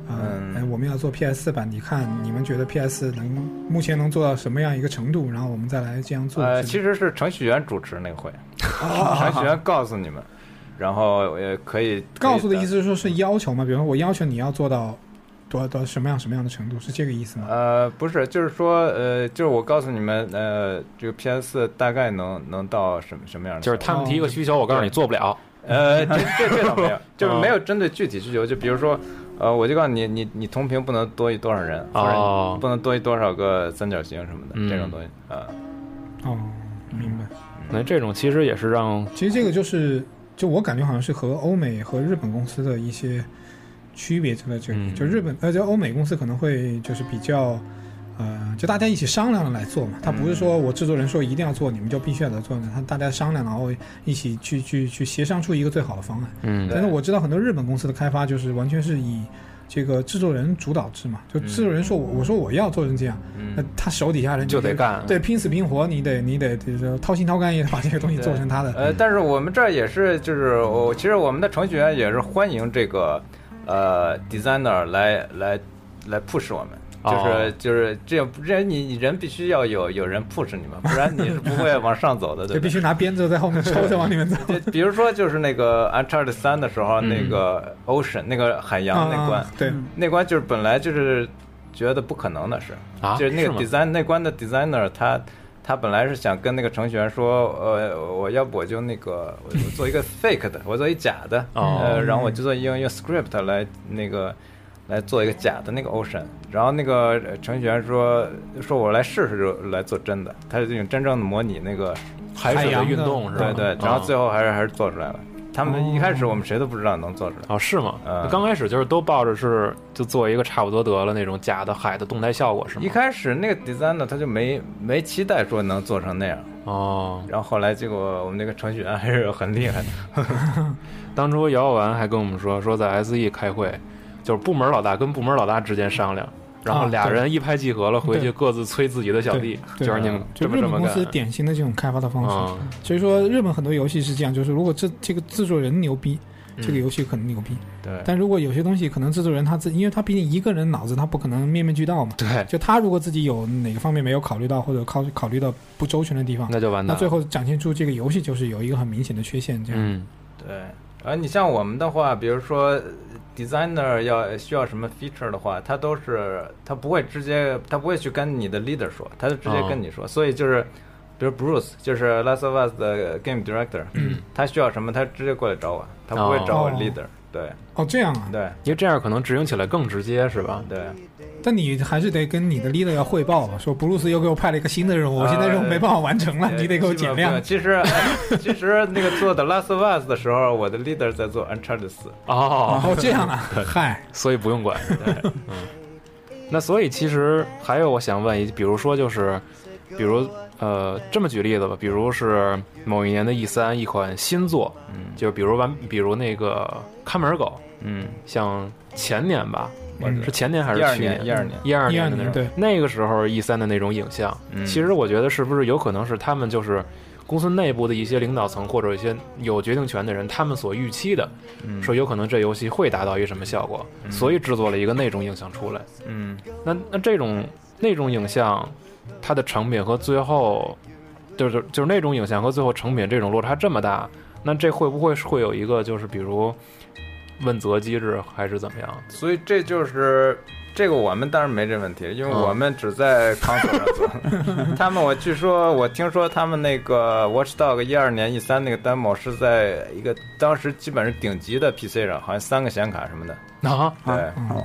Speaker 14: 嗯，哎，我们要做 PS 四版，你看你们觉得 PS 能目前能做到什么样一个程度，然后我们再来这样做。
Speaker 15: 呃，
Speaker 14: 是吧
Speaker 15: 其实是程序员主持那个 会，程序员告诉你们，然后呃可以
Speaker 14: 告诉的意
Speaker 15: 思
Speaker 14: 思是说是要求嘛，比如说我要求你要做到多多什么样什么样的程度，是这个意思吗？
Speaker 15: 呃不是，就是说呃就是我告诉你们呃这个 PS 四大概能能到什么什么样的效
Speaker 12: 就
Speaker 15: 果，
Speaker 12: 是他们提一个需求，我告诉你做不了。
Speaker 15: 呃，这这这倒 没有，就是没有
Speaker 12: 哦
Speaker 15: 针对具体需求，就比如说，呃，我就告诉你，你你同屏不能多于多少人，或者
Speaker 12: 哦嗯
Speaker 15: 你不能多于多少个三角形什么的、这种东西啊。
Speaker 14: 哦，明白。
Speaker 12: 那这种其实也是让
Speaker 14: 其实这个就是，就我感觉好像是和欧美和日本公司的一些区别就在这里。
Speaker 12: 嗯
Speaker 14: 就日本呃，就欧美公司可能会就是比较，呃，就大家一起商量着来做嘛。他不是说
Speaker 12: 嗯
Speaker 14: 我制作人说一定要做，你们就必须要来做，他大家商量，然后一起去去去协商出一个最好的方案。
Speaker 12: 嗯
Speaker 14: 但是我知道很多日本公司的开发就是完全是以。这个制作人主导制嘛，就制作人说我，我说我要做成这样，那他手底下人
Speaker 12: 嗯就得干
Speaker 14: 对，拼死拼活，你得你得就是掏心掏肝也得把这个东西做成他的。
Speaker 15: 呃，但是我们这儿也是，就是我其实我们的程序员也是欢迎这个呃 designer 来来来 push 我们。就
Speaker 12: 哦
Speaker 15: 是就是这样，不然你你人必须要有有人 push 你们，不然你是不会往上走的，对
Speaker 14: 就
Speaker 15: 吧
Speaker 14: 必？须拿鞭子在后面抽着往里 面走。
Speaker 15: 比如说，就是那个《Uncharted 三》的时候，那个
Speaker 14: 嗯
Speaker 15: Ocean 那个海洋那关，
Speaker 14: 啊对，
Speaker 15: 那关就是本来就是觉得不可能的事，
Speaker 12: 啊
Speaker 15: 就是那个
Speaker 12: 是吗
Speaker 15: design 那关的 designer 他他本来是想跟那个程序员说，呃，我要不我就那个我我做一个 fake 的，我做一假的，
Speaker 12: 哦
Speaker 15: 呃，然后我就做用一个 script 来那个。来做一个假的那个 Ocean，然后那个呃程序员说说我来试试来做真的，他就用真正的模拟那个
Speaker 12: 海水的海洋的运动是哦吧
Speaker 15: 对对，然后最后还是还是做出来了。他们一开始我们谁都不知道能做出来。
Speaker 12: 哦，是吗？
Speaker 15: 嗯
Speaker 12: 刚开始就是都抱着是就做一个差不多得了那种假的海的动态效果是吗？
Speaker 15: 一开始那个 designer 他就没没期待说能做成那样
Speaker 12: 哦，
Speaker 15: 然后后来结果我们那个程序员还是很厉害的。
Speaker 12: 当初姚完还跟我们说，说在 SE 开会，就是部门老大跟部门老大之间商量，然后
Speaker 14: 啊
Speaker 12: 俩
Speaker 14: 对
Speaker 12: 人一拍即合了，回去
Speaker 14: 对
Speaker 12: 各自催自己的小弟，
Speaker 14: 对
Speaker 12: 就
Speaker 14: 啊
Speaker 12: 是你们
Speaker 14: 就
Speaker 12: 这么
Speaker 14: 日
Speaker 12: 这
Speaker 14: 本
Speaker 12: 么
Speaker 14: 公司
Speaker 12: 干。
Speaker 14: 典型的这种开发的方式
Speaker 12: 嗯。
Speaker 14: 所以说，日本很多游戏是这样，就是如果这这个制作人牛逼，
Speaker 12: 嗯
Speaker 14: 这个游戏可能牛逼。
Speaker 15: 对
Speaker 14: 但如果有些东西可能制作人他自，因为他毕竟一个人脑子他不可能面面俱到嘛。
Speaker 12: 对
Speaker 14: 就他如果自己有哪个方面没有考虑到，或者考考虑到不周全的地方，
Speaker 12: 那就完蛋
Speaker 14: 那最后展现出这个游戏就是有一个很明显的缺陷，这样。
Speaker 12: 嗯，
Speaker 15: 对，而你像我们的话，比如说呃 designer 要需要什么 feature 的话，他都是他不会直接，他不会去跟你的 leader 说，他就直接跟你
Speaker 14: 啊
Speaker 15: 说。所以就是，比如 Bruce 就是 Last of Us 的 game director，、他需要什么，他直接过来找我，他不会找我
Speaker 14: 嗯哦
Speaker 15: leader、对
Speaker 14: 哦，这样啊。
Speaker 15: 对，
Speaker 12: 因为这样可能执行起来更直接，是吧？
Speaker 15: 对。
Speaker 14: 但你还是得跟你的 leader 要汇报吧，说布鲁斯又给我派了一个新的任务，我现在
Speaker 15: 呃
Speaker 14: 任务没办法完成了，你得给我减量。
Speaker 15: 基本不用其实 其实那个做的 Last of Us 的时候，我的 leader 在做 Uncharted 四。
Speaker 12: 哦，
Speaker 14: 哦这样啊
Speaker 12: 对
Speaker 14: 嗨，
Speaker 12: 所以不用管。 对嗯，那所以其实还有我想问一，比如说就是，比如呃，这么举例子吧，比如是某一年的 E 三一款新作，嗯，就比如完，比如那个看门狗，
Speaker 15: 嗯，
Speaker 12: 像前年吧，
Speaker 15: 我
Speaker 12: 是前年还是
Speaker 15: 第二
Speaker 12: 去
Speaker 15: 年？一二年，
Speaker 12: 一二
Speaker 14: 年
Speaker 12: 的那种。
Speaker 14: 对，
Speaker 12: 那个时候 E 三的那种影像，其实我觉得是不是有可能是他们就是公司内部的一些领导层或者一些有决定权的人，他们所预期的，
Speaker 15: 嗯
Speaker 12: 说有可能这游戏会达到一个什么效果，
Speaker 15: 嗯
Speaker 12: 所以制作了一个那种影像出来。
Speaker 15: 嗯，
Speaker 12: 那那这种那种影像，它的成品和最后就是就是那种影像和最后成品这种落差这么大，那这会不会是会有一个就是比如问责机制还是怎么样？
Speaker 15: 所以这就是这个我们当然没这问题，因为
Speaker 12: 嗯
Speaker 15: 我们只在 console 上做。他们我据说我听说他们那个 Watchdog 一二年 E 三那个 demo 是在一个当时基本是顶级的 PC 上，好像三个显卡什么的，
Speaker 12: 啊，
Speaker 15: 对，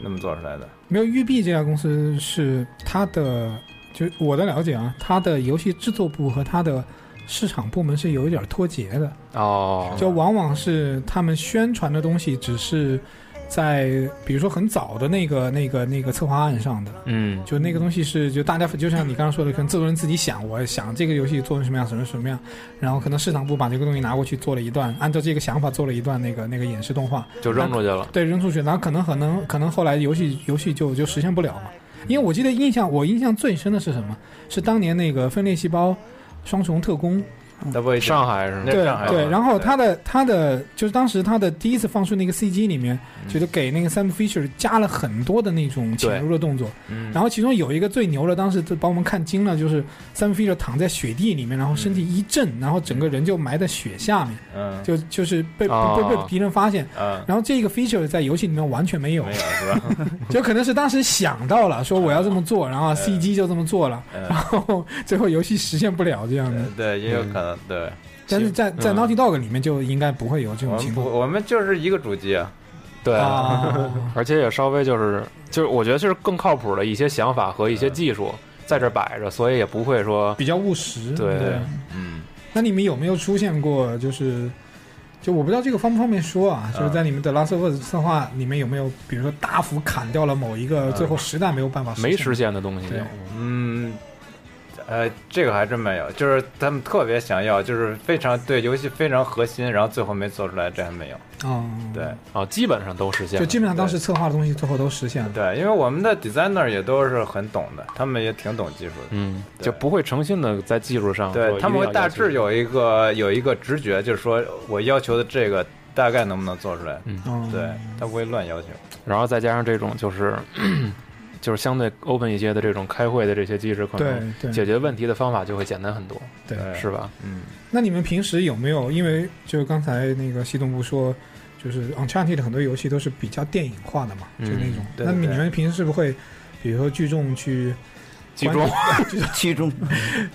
Speaker 15: 那么做出来的。
Speaker 14: 嗯没有育碧这家公司是它的，就我的了解啊，它的游戏制作部和它的市场部门是有一点脱节的，
Speaker 12: 哦，
Speaker 14: 就往往是他们宣传的东西只是在比如说很早的那个那个那个策划案上的，
Speaker 12: 嗯，
Speaker 14: 就那个东西是就大家就像你刚刚说的，可能制作人自己想，我想这个游戏做成什么样，什么什么样，然后可能市场部把这个东西拿过去做了一段，按照这个想法做了一段那个那个演示动画，
Speaker 12: 就扔出去了。
Speaker 14: 对，扔出去，然后可能可能可能后来游戏游戏就就实现不了嘛。因为我记得印象我印象最深的是什么？是当年那个分裂细胞双重特工，
Speaker 15: Double
Speaker 12: 上海是吗？
Speaker 14: 对对，然后他的他的就是当时他的第一次放出那个 CG 里面，
Speaker 12: 嗯
Speaker 14: 觉得给那个 Sam Fisher 加了很多的那种潜入的动作，
Speaker 12: 嗯
Speaker 14: 然后其中有一个最牛的，当时就把我们看惊了，就是 Sam Fisher 躺在雪地里面，然后身体一震，然后整个人就埋在雪下面，
Speaker 15: 嗯，
Speaker 14: 就就是被被
Speaker 15: 哦
Speaker 14: 被被敌人发现，
Speaker 15: 嗯，
Speaker 14: 然后这个 feature 在游戏里面完全没有，
Speaker 15: 没有是吧？
Speaker 14: 就可能是当时想到了说我要这么做，然 后 CG 就这么做了，
Speaker 15: 嗯
Speaker 14: 然后最后游戏实现不了这样的。
Speaker 15: 呃对，也有可能，对。
Speaker 14: 但是在在
Speaker 15: 嗯
Speaker 14: Naughty Dog 里面就应该不会有这种
Speaker 15: 我
Speaker 14: 情
Speaker 15: 们
Speaker 14: 况。
Speaker 15: 不，我们就是一个主机啊。
Speaker 12: 对，
Speaker 14: 啊
Speaker 12: 而且也稍微就是就是，我觉得就是更靠谱的一些想法和一些技术在这摆着，所以也不会说
Speaker 14: 比较务实。
Speaker 12: 对
Speaker 14: 对，
Speaker 15: 嗯，
Speaker 14: 那你们有没有出现过就是？就我不知道这个方不方便说啊，就是在你们的《Last of Us》策划里面有没有，比如说大幅砍掉了某一个
Speaker 15: 嗯
Speaker 14: 最后实在没有办法
Speaker 12: 没
Speaker 14: 实
Speaker 12: 实现的东西
Speaker 14: 对
Speaker 12: 有。
Speaker 15: 嗯，呃，这个还真没有，就是他们特别想要，就是非常对游戏非常核心，然后最后没做出来，这还没有。
Speaker 14: 哦，
Speaker 15: 对，
Speaker 12: 啊，基本上都实现
Speaker 14: 就基本上当时策划的东西最后都实现了。
Speaker 15: 对，因为我们的 designer 也都是很懂的，他们也挺懂技术的。
Speaker 12: 嗯，就不会诚信的在技术上，
Speaker 15: 对他们会大致有一个有一个直觉，就是说我要求的这个大概能不能做出来。
Speaker 14: 嗯
Speaker 15: 对，他不会乱要求。
Speaker 12: 然后再加上这种就是就是相对 open 一些的这种开会的这些机制，可
Speaker 14: 对对
Speaker 12: 能解决问题的方法就会简单很多，
Speaker 14: 对
Speaker 12: 是吧？
Speaker 15: 嗯，
Speaker 14: 那你们平时有没有因为就刚才那个西东部说，就是 Uncharted 的很多游戏都是比较电影化的嘛，
Speaker 12: 嗯
Speaker 14: 就那种。
Speaker 15: 对
Speaker 14: 那
Speaker 15: 对
Speaker 14: 你们平时是不是会，比如说聚众去
Speaker 12: 聚
Speaker 14: 观？
Speaker 12: 众
Speaker 6: 聚 众，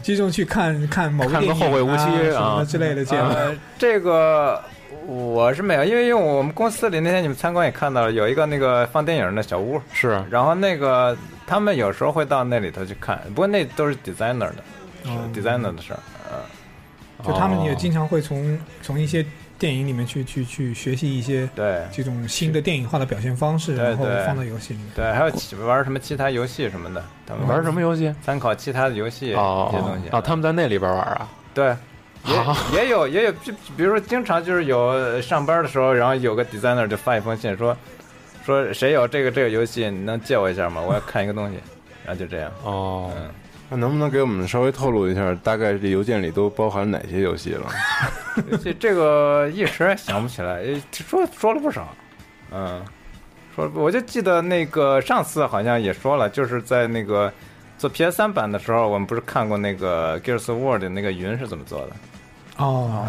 Speaker 14: 聚众去看看某个
Speaker 15: 看
Speaker 14: 电
Speaker 15: 个
Speaker 14: 影、
Speaker 15: 后会无期
Speaker 14: 啊什么
Speaker 15: 啊
Speaker 14: 的之类的这样。
Speaker 15: 呃这个我是没有，因为因为我们公司里那天你们参观也看到了，有一个那个放电影的小屋，
Speaker 12: 是，
Speaker 15: 然后那个他们有时候会到那里头去看，不过那都是 designer 的，是
Speaker 14: 哦
Speaker 15: designer 哦的事儿，嗯。
Speaker 14: 就他们也
Speaker 12: 哦
Speaker 14: 经常会从从一些电影里面去去去学习一些
Speaker 15: 对
Speaker 14: 这种新的电影化的表现方式，
Speaker 15: 对
Speaker 14: 然后
Speaker 15: 对
Speaker 14: 放到游戏里面。
Speaker 15: 对，还有其玩什么其他游戏什么的，他们
Speaker 12: 玩什么游戏？
Speaker 15: 参考其他的游戏
Speaker 12: 哦
Speaker 15: 这些东西
Speaker 12: 哦，他们在啊那里边玩啊？
Speaker 15: 对， 也也有也有，比比如说经常就是有呃上班的时候，然后有个 designer 就发一封信说说谁有这个这个游戏，你能借我一下吗？我要看一个东西，然后就这样。
Speaker 12: 哦，
Speaker 14: 嗯
Speaker 13: 那能不能给我们稍微透露一下，大概这邮件里都包含哪些游戏了？
Speaker 15: 这这个一时想不起来，呃说说了不少，嗯，说我就记得那个上次好像也说了，就是在那个做 PS 三版的时候，我们不是看过那个 Gears of War 的那个云是怎么做的？
Speaker 14: 哦，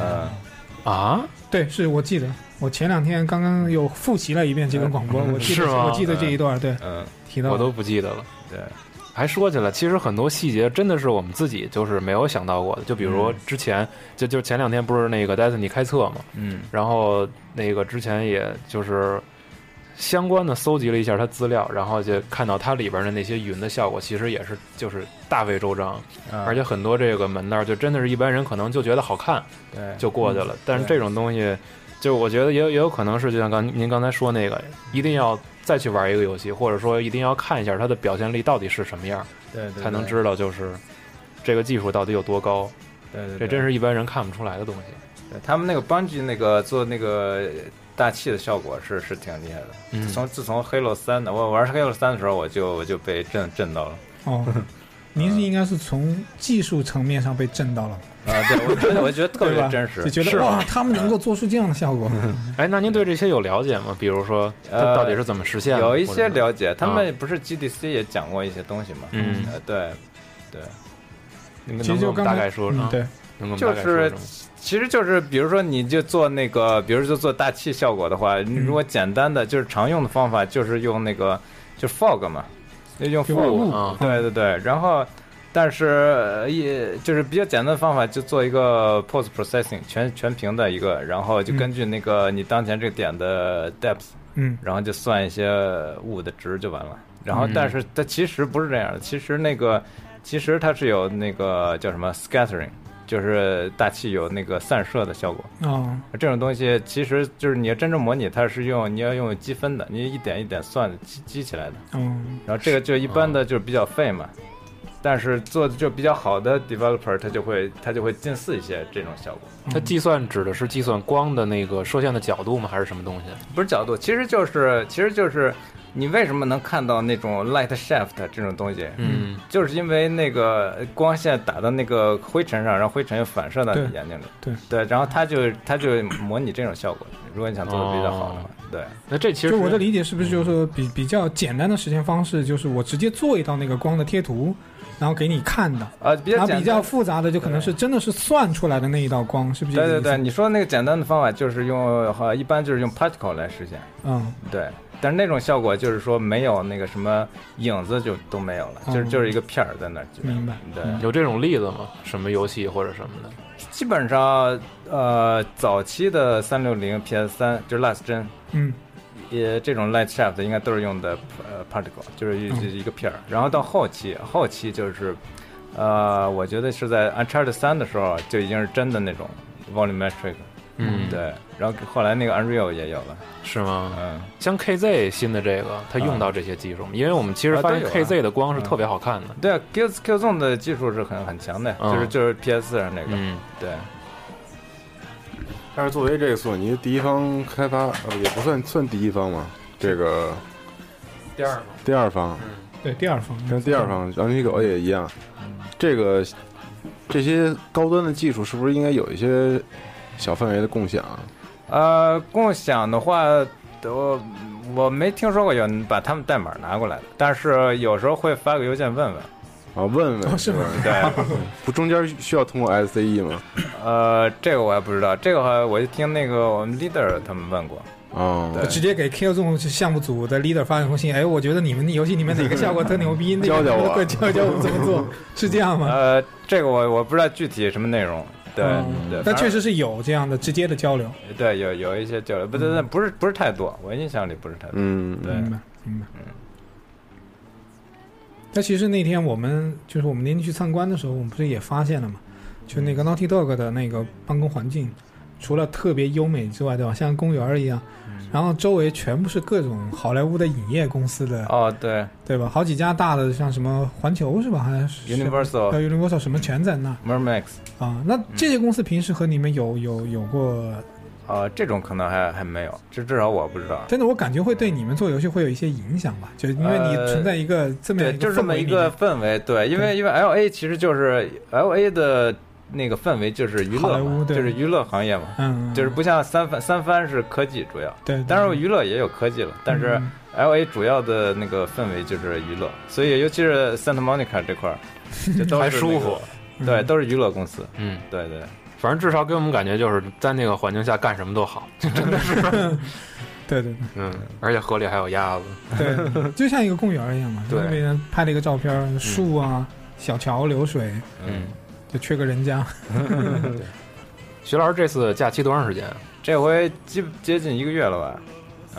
Speaker 15: 嗯
Speaker 12: 啊，
Speaker 14: 对，是我记得，我前两天刚刚又复习了一遍这个广播，我记
Speaker 12: 是
Speaker 14: 得
Speaker 12: 吗
Speaker 14: 我记得这一段，对，
Speaker 15: 嗯，
Speaker 14: 提到
Speaker 12: 我都不记得了。
Speaker 15: 对，
Speaker 12: 还说起来，其实很多细节真的是我们自己就是没有想到过的。就比如
Speaker 15: 嗯
Speaker 12: 之前，就就前两天不是那个 Destiny 开测嘛，
Speaker 15: 嗯
Speaker 12: 然后那个之前也就是相关的搜集了一下它资料，然后就看到它里边的那些云的效果，其实也是就是大费周章，
Speaker 15: 嗯
Speaker 12: 而且很多这个门道儿就真的是一般人可能就觉得好看，
Speaker 15: 对
Speaker 12: 就过去了。
Speaker 15: 嗯
Speaker 12: 但是这种东西，就我觉得也有也有可能是，就像刚您刚才说那个，一定要再去玩一个游戏，或者说一定要看一下它的表现力到底是什么样儿，
Speaker 15: 嗯对对对
Speaker 12: 才能知道就是这个技术到底有多高。
Speaker 15: 对对对
Speaker 12: 这真是一般人看不出来的东西。
Speaker 15: 对他们那个 b u n g 那个做那个大气的效果是是挺厉害的。
Speaker 12: 嗯
Speaker 15: 自从自从 Halo 三的我玩 Halo 三的时候，我就我就被震震到了。
Speaker 14: 哦，您是应该是从技术层面上被震到了吧，
Speaker 15: 啊，对，我觉得我觉得特
Speaker 14: 对吧
Speaker 15: 别真实，嗯
Speaker 14: 就觉得哇，他们能够做出这样的效果，
Speaker 12: 哎，那您对这些有了解吗？比如说，它
Speaker 15: 呃
Speaker 12: 到底是怎么实现的？
Speaker 15: 有一
Speaker 12: 或者
Speaker 15: 些
Speaker 12: 是
Speaker 15: 了解，他
Speaker 12: 啊
Speaker 15: 们不是 GDC 也讲过一些东西嘛？
Speaker 12: 嗯
Speaker 15: 呃对，对。
Speaker 12: 你们能不能大概说
Speaker 14: 嗯
Speaker 12: 说？能不能
Speaker 15: 就
Speaker 12: 大概说
Speaker 15: 是
Speaker 12: 说？
Speaker 15: 其实就是比如说你就做那个，比如说做大气效果的话，你
Speaker 14: 嗯
Speaker 15: 如果简单的就是常用的方法就是用那个就 fog 嘛，就用
Speaker 12: 用雾
Speaker 15: fog，、
Speaker 12: 啊
Speaker 15: 对对对，然后。但是呃也就是比较简单的方法，就做一个 post processing 全全屏的一个，然后就根据那个你当前这个点的 depth，
Speaker 14: 嗯
Speaker 15: 然后就算一些物的值就完了。然后
Speaker 12: 嗯，
Speaker 15: 但是它其实不是这样的，其实那个其实它是有那个叫什么 scattering，就是大气有那个散射的效果。
Speaker 14: 哦，
Speaker 15: 这种东西其实就是你要真正模拟，它是用你要用积分的，你一点一点算积积起来的。
Speaker 14: 嗯，
Speaker 15: 然后这个就一般的就是比较费嘛，但是做的就比较好的 developer，他就会他就会近似一些这种效果。
Speaker 12: 它计算指的是计算光的那个射线的角度吗？还是什么东西？
Speaker 15: 不是角度，其实就是其实就是你为什么能看到那种 light shaft 这种东西？
Speaker 12: 嗯，
Speaker 15: 就是因为那个光线打到那个灰尘上，然后灰尘又反射到你眼睛里。
Speaker 14: 对
Speaker 15: 对，然后它就它就模拟这种效果。如果你想做的比较好的话，对。
Speaker 12: 那这其
Speaker 14: 就我的理解是不是就是说比比较简单的实现方式，就是我直接做一道那个光的贴图，然后给你看的。
Speaker 15: 呃，比较
Speaker 14: 然
Speaker 15: 简单
Speaker 14: 后比较复杂的就可能是真的是算出来的那一道光，是不是？
Speaker 15: 对对对，，你说那个简单的方法就是用，呃一般就是用 particle 来实现。
Speaker 14: 嗯，
Speaker 15: 对，但是那种效果就是说没有那个什么影子就都没有了，就是
Speaker 12: 嗯
Speaker 15: 就是一个片儿在那儿。
Speaker 14: 哦明白。
Speaker 15: 对，
Speaker 12: 有这种例子吗？什么游戏或者什么的？
Speaker 15: 基本上呃，早期的三六零、PS 三就是 Last Gen，
Speaker 14: 嗯，
Speaker 15: 也这种 Light Shaft 应该都是用的呃 particle，就是一、
Speaker 14: 嗯
Speaker 15: 一个片儿。然后到后期，后期就是呃，我觉得是在 Uncharted 三的时候就已经是真的那种 volumetric。
Speaker 12: 嗯
Speaker 15: 对。然后后来那个 Unreal 也有了。
Speaker 12: 是吗？
Speaker 15: 嗯，
Speaker 12: 呃像 KZ 新的这个，它用到这些技术吗？因为我们其实
Speaker 15: 啊
Speaker 12: 发现
Speaker 15: 都有啊
Speaker 12: KZ 的光是特别好看的。
Speaker 15: 对啊，Q Q Zone 的技术是很很强的，
Speaker 12: 嗯
Speaker 15: 就是就是 PS 4上那个，
Speaker 12: 嗯，
Speaker 15: 对，
Speaker 13: 但是作为这个索尼第一方开发，呃，也不算算第一方嘛，这个
Speaker 12: 第二
Speaker 13: 第二方，
Speaker 14: 对，第二方
Speaker 13: 跟第二方狼与狗 E 也一样，这个这些高端的技术是不是应该有一些小范围的共享？啊
Speaker 15: 呃，共享的话，我我没听说过有人把他们代码拿过来的，但是有时候会发个邮件问问，
Speaker 13: 啊，问问、是吧？
Speaker 15: 对，
Speaker 13: 不中间需要通过 SCE 吗？
Speaker 15: 呃，这个我还不知道，这个话我就听那个我们 leader 他们问过，
Speaker 13: 哦
Speaker 14: 我直接给 Q 这种项目组的 leader 发一封信，哎，我觉得你们游戏里面哪个效果特牛逼，那个
Speaker 15: 教教我
Speaker 14: 能不能快教教我怎么做，是这样吗？
Speaker 15: 呃，这个我我不知道具体什么内容， 对、
Speaker 14: 嗯
Speaker 15: 对，
Speaker 14: 但
Speaker 15: 反
Speaker 14: 确
Speaker 15: 正
Speaker 14: 实是有这样的直接的交流。
Speaker 15: 对有有一些交流，不对，不是不是太多，我印象里不是太多，
Speaker 13: 嗯
Speaker 15: 对，
Speaker 14: 嗯明白明白。但其实那天我们就是我们那天去参观的时候，我们不是也发现了嘛，就那个 Naughty Dog 的那个办公环境，除了特别优美之外，对吧？像公园儿一样，
Speaker 15: 嗯
Speaker 14: 然后周围全部是各种好莱坞的影业公司的，
Speaker 15: 哦对
Speaker 14: 对吧？好几家大的，像什么环球是吧？还是什么
Speaker 15: Universal 嗯
Speaker 14: 呃 Universal 什么全在那儿
Speaker 15: ，Mermax。
Speaker 14: 啊。那这些公司平时和你们有有有过，
Speaker 15: 啊，这种可能还还没有，这至少我不知道。
Speaker 14: 但是我感觉会对你们做游戏会有一些影响吧？就因为你
Speaker 15: 呃
Speaker 14: 存在一个这么样
Speaker 15: 对，
Speaker 14: 一
Speaker 15: 就
Speaker 14: 个
Speaker 15: 是这
Speaker 14: 氛
Speaker 15: 么
Speaker 14: 围
Speaker 15: 一
Speaker 14: 里面
Speaker 15: 个氛围，对，因为因为 L A 其实就是 L A 的那个氛围就是娱
Speaker 14: 好莱
Speaker 15: 乐
Speaker 14: 坞
Speaker 15: 嘛，
Speaker 14: 对
Speaker 15: 就是娱乐行业嘛，
Speaker 14: 嗯嗯
Speaker 15: 就是不像三番三番是科技主要，
Speaker 14: 对对嗯
Speaker 15: 当然娱乐也有科技了，但是 L A 主要的那个氛围就是娱乐，所以尤其是 Santa Monica 这块儿，就都是
Speaker 12: 嗯还
Speaker 15: 那个
Speaker 12: 舒服，
Speaker 14: 嗯
Speaker 15: 对，都是娱乐公司，
Speaker 12: 嗯，
Speaker 15: 对对，
Speaker 12: 反正至少给我们感觉就是在那个环境下干什么都好，真的是。
Speaker 14: 对对
Speaker 12: 嗯，而且河里还有鸭子。
Speaker 14: 对，就像一个公园一样嘛。
Speaker 12: 对
Speaker 14: 那边拍了一个照
Speaker 15: 嗯
Speaker 14: 片，树啊、小桥流水，
Speaker 12: 嗯，
Speaker 14: 就缺个人家。
Speaker 12: 徐老师这次假期多长时间啊？
Speaker 15: 这回接接近一个月了吧？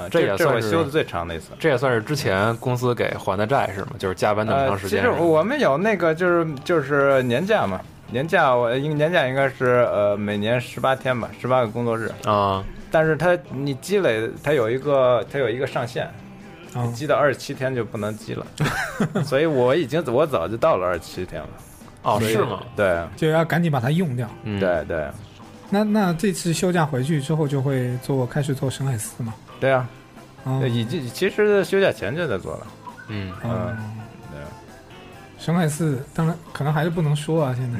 Speaker 15: 啊，
Speaker 12: 这也
Speaker 15: 这我
Speaker 12: 算是
Speaker 15: 休的最长的一次。
Speaker 12: 这也算是之前公司给还的债是吗？就是加班那么长时间。
Speaker 15: 呃。其实我们有那个就是就是年假嘛，年假我应年假应该是呃每年十八天吧，十八个工作日
Speaker 12: 啊。
Speaker 15: 但是它你积累它有一个它有一个上限，
Speaker 14: 啊
Speaker 15: 你积到二十七天就不能积了，所以我已经我早就到了二十七天了。
Speaker 12: 哦
Speaker 15: 所以
Speaker 12: 是吗？嗯
Speaker 15: 对
Speaker 14: 就要赶紧把它用掉。
Speaker 15: 对对，
Speaker 14: 那那这次休假回去之后就会做开始做深海四嘛？
Speaker 15: 对啊，
Speaker 14: 哦
Speaker 6: 嗯
Speaker 15: 已经其实休假前就在做了。
Speaker 12: 嗯
Speaker 15: 嗯，
Speaker 14: 啊深海四当然可能还是不能说啊，现在、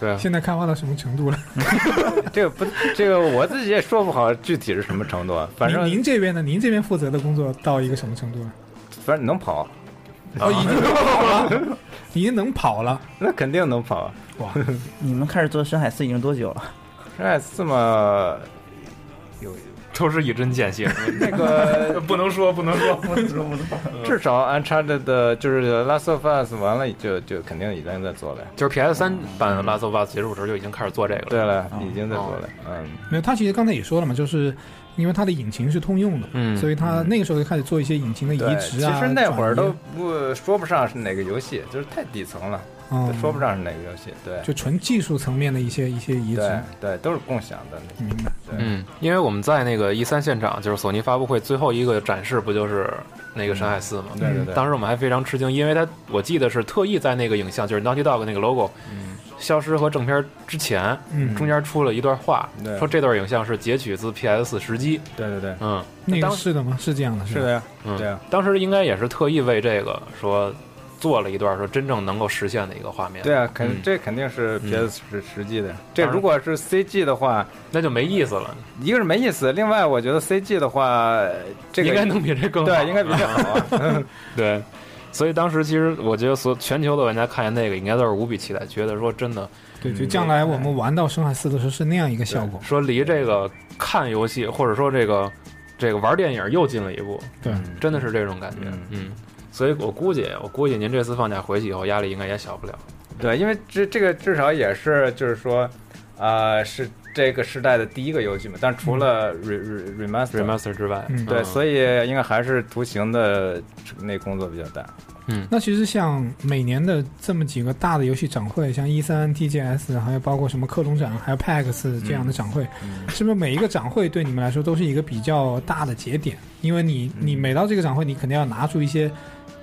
Speaker 15: 对啊
Speaker 14: 现在开发到什么程度了？
Speaker 15: 这个不，这个我自己也说不好具体是什么程度啊，反正
Speaker 14: 您您这边呢？您这边负责的工作到一个什么程度了？
Speaker 15: 反正能跑。
Speaker 14: 哦，已经跑了， 已经能跑了，
Speaker 15: 那肯定能跑。啊
Speaker 14: 哇，
Speaker 6: 你们开始做深海四已经多久了？
Speaker 15: 深海四嘛，
Speaker 12: 都是以针见血。
Speaker 15: 那
Speaker 1: 呃
Speaker 15: 个
Speaker 12: 不能说，不能说，不能说，不能说。
Speaker 15: 至少 Uncharted 的就是 Last of Us 完了就就肯定已经在做了呀。
Speaker 12: 就是 PS 三版 Last of Us 结束时候就已经开始做这个了。
Speaker 15: 嗯对了，已经在做了。嗯，
Speaker 14: 没有，他其实刚才也说了嘛，就是因为他的引擎是通用的，
Speaker 15: 嗯
Speaker 14: 所以他那个时候就开始做一些引擎的移
Speaker 15: 对，
Speaker 14: 植啊。
Speaker 15: 其实那会儿
Speaker 14: 转
Speaker 15: 都
Speaker 14: 移
Speaker 15: 不说不上是哪个游戏，就是太底层了，
Speaker 14: 嗯
Speaker 15: 都说不上是哪个游戏。对，
Speaker 14: 就纯技术层面的一些一些移植
Speaker 15: 对。对，都是共享的那种。
Speaker 14: 明白。
Speaker 15: 对，
Speaker 12: 嗯，因为我们在那个一 E 三现场，就是索尼发布会最后一个展示，不就是那个《山海四》吗？
Speaker 15: 对对
Speaker 12: 嗯
Speaker 15: 对
Speaker 12: 当时我们还非常吃惊，因为他我记得是特意在那个影像，就是 Naughty Dog 那个 logo，消
Speaker 15: 嗯
Speaker 12: 失和正片之前，
Speaker 14: 嗯
Speaker 12: 中间出了一段话
Speaker 15: 对，
Speaker 12: 说这段影像是截取自 PS 时机。
Speaker 15: 对对对，
Speaker 12: 嗯，
Speaker 14: 那
Speaker 12: 当
Speaker 14: 个是的吗？是这样的，吧
Speaker 15: 是的呀
Speaker 12: 嗯，
Speaker 15: 对啊，
Speaker 12: 当时应该也是特意为这个说做了一段说真正能够实现的一个画面。
Speaker 15: 对啊，肯
Speaker 12: 嗯
Speaker 15: 这肯定是
Speaker 12: 嗯
Speaker 15: PS 是实际的。这
Speaker 12: 当然
Speaker 15: 如果是 CG 的话，
Speaker 12: 那就没意思了。
Speaker 15: 一个是没意思，另外我觉得 CG 的话，这个
Speaker 12: 应该能比这更好嗯
Speaker 15: 对，应该比这好啊。
Speaker 12: 对，所以当时其实我觉得所全球的玩家看见那个，应该都是无比期待，觉得说真的，
Speaker 14: 对，
Speaker 12: 嗯
Speaker 14: 就将来我们玩到《生化四》的时候是那样一个效
Speaker 15: 嗯
Speaker 14: 果。
Speaker 12: 说离这个看游戏或者说这个这个玩电影又近了一步，
Speaker 14: 对，
Speaker 12: 真的是这种感觉，嗯。所以我估计，我估计您这次放假回去以后，压力应该也小不了。
Speaker 15: 对，因为这这个至少也是就是说，啊，是这个时代的第一个游戏嘛。但除了 re re remaster
Speaker 12: 嗯 remaster 之外
Speaker 14: 嗯
Speaker 15: 对，
Speaker 14: 嗯
Speaker 15: 所以应该还是图形的那工作比较大。
Speaker 12: 嗯，
Speaker 14: 那其实像每年的这么几个大的游戏展会，像一 E 三 TGS，还有包括什么克隆展，还有 PAX 这样的展会，
Speaker 15: 嗯
Speaker 14: 是不是每一个展会对你们来说都是一个比较大的节点？因为你
Speaker 15: 嗯
Speaker 14: 你每到这个展会，你肯定要拿出一些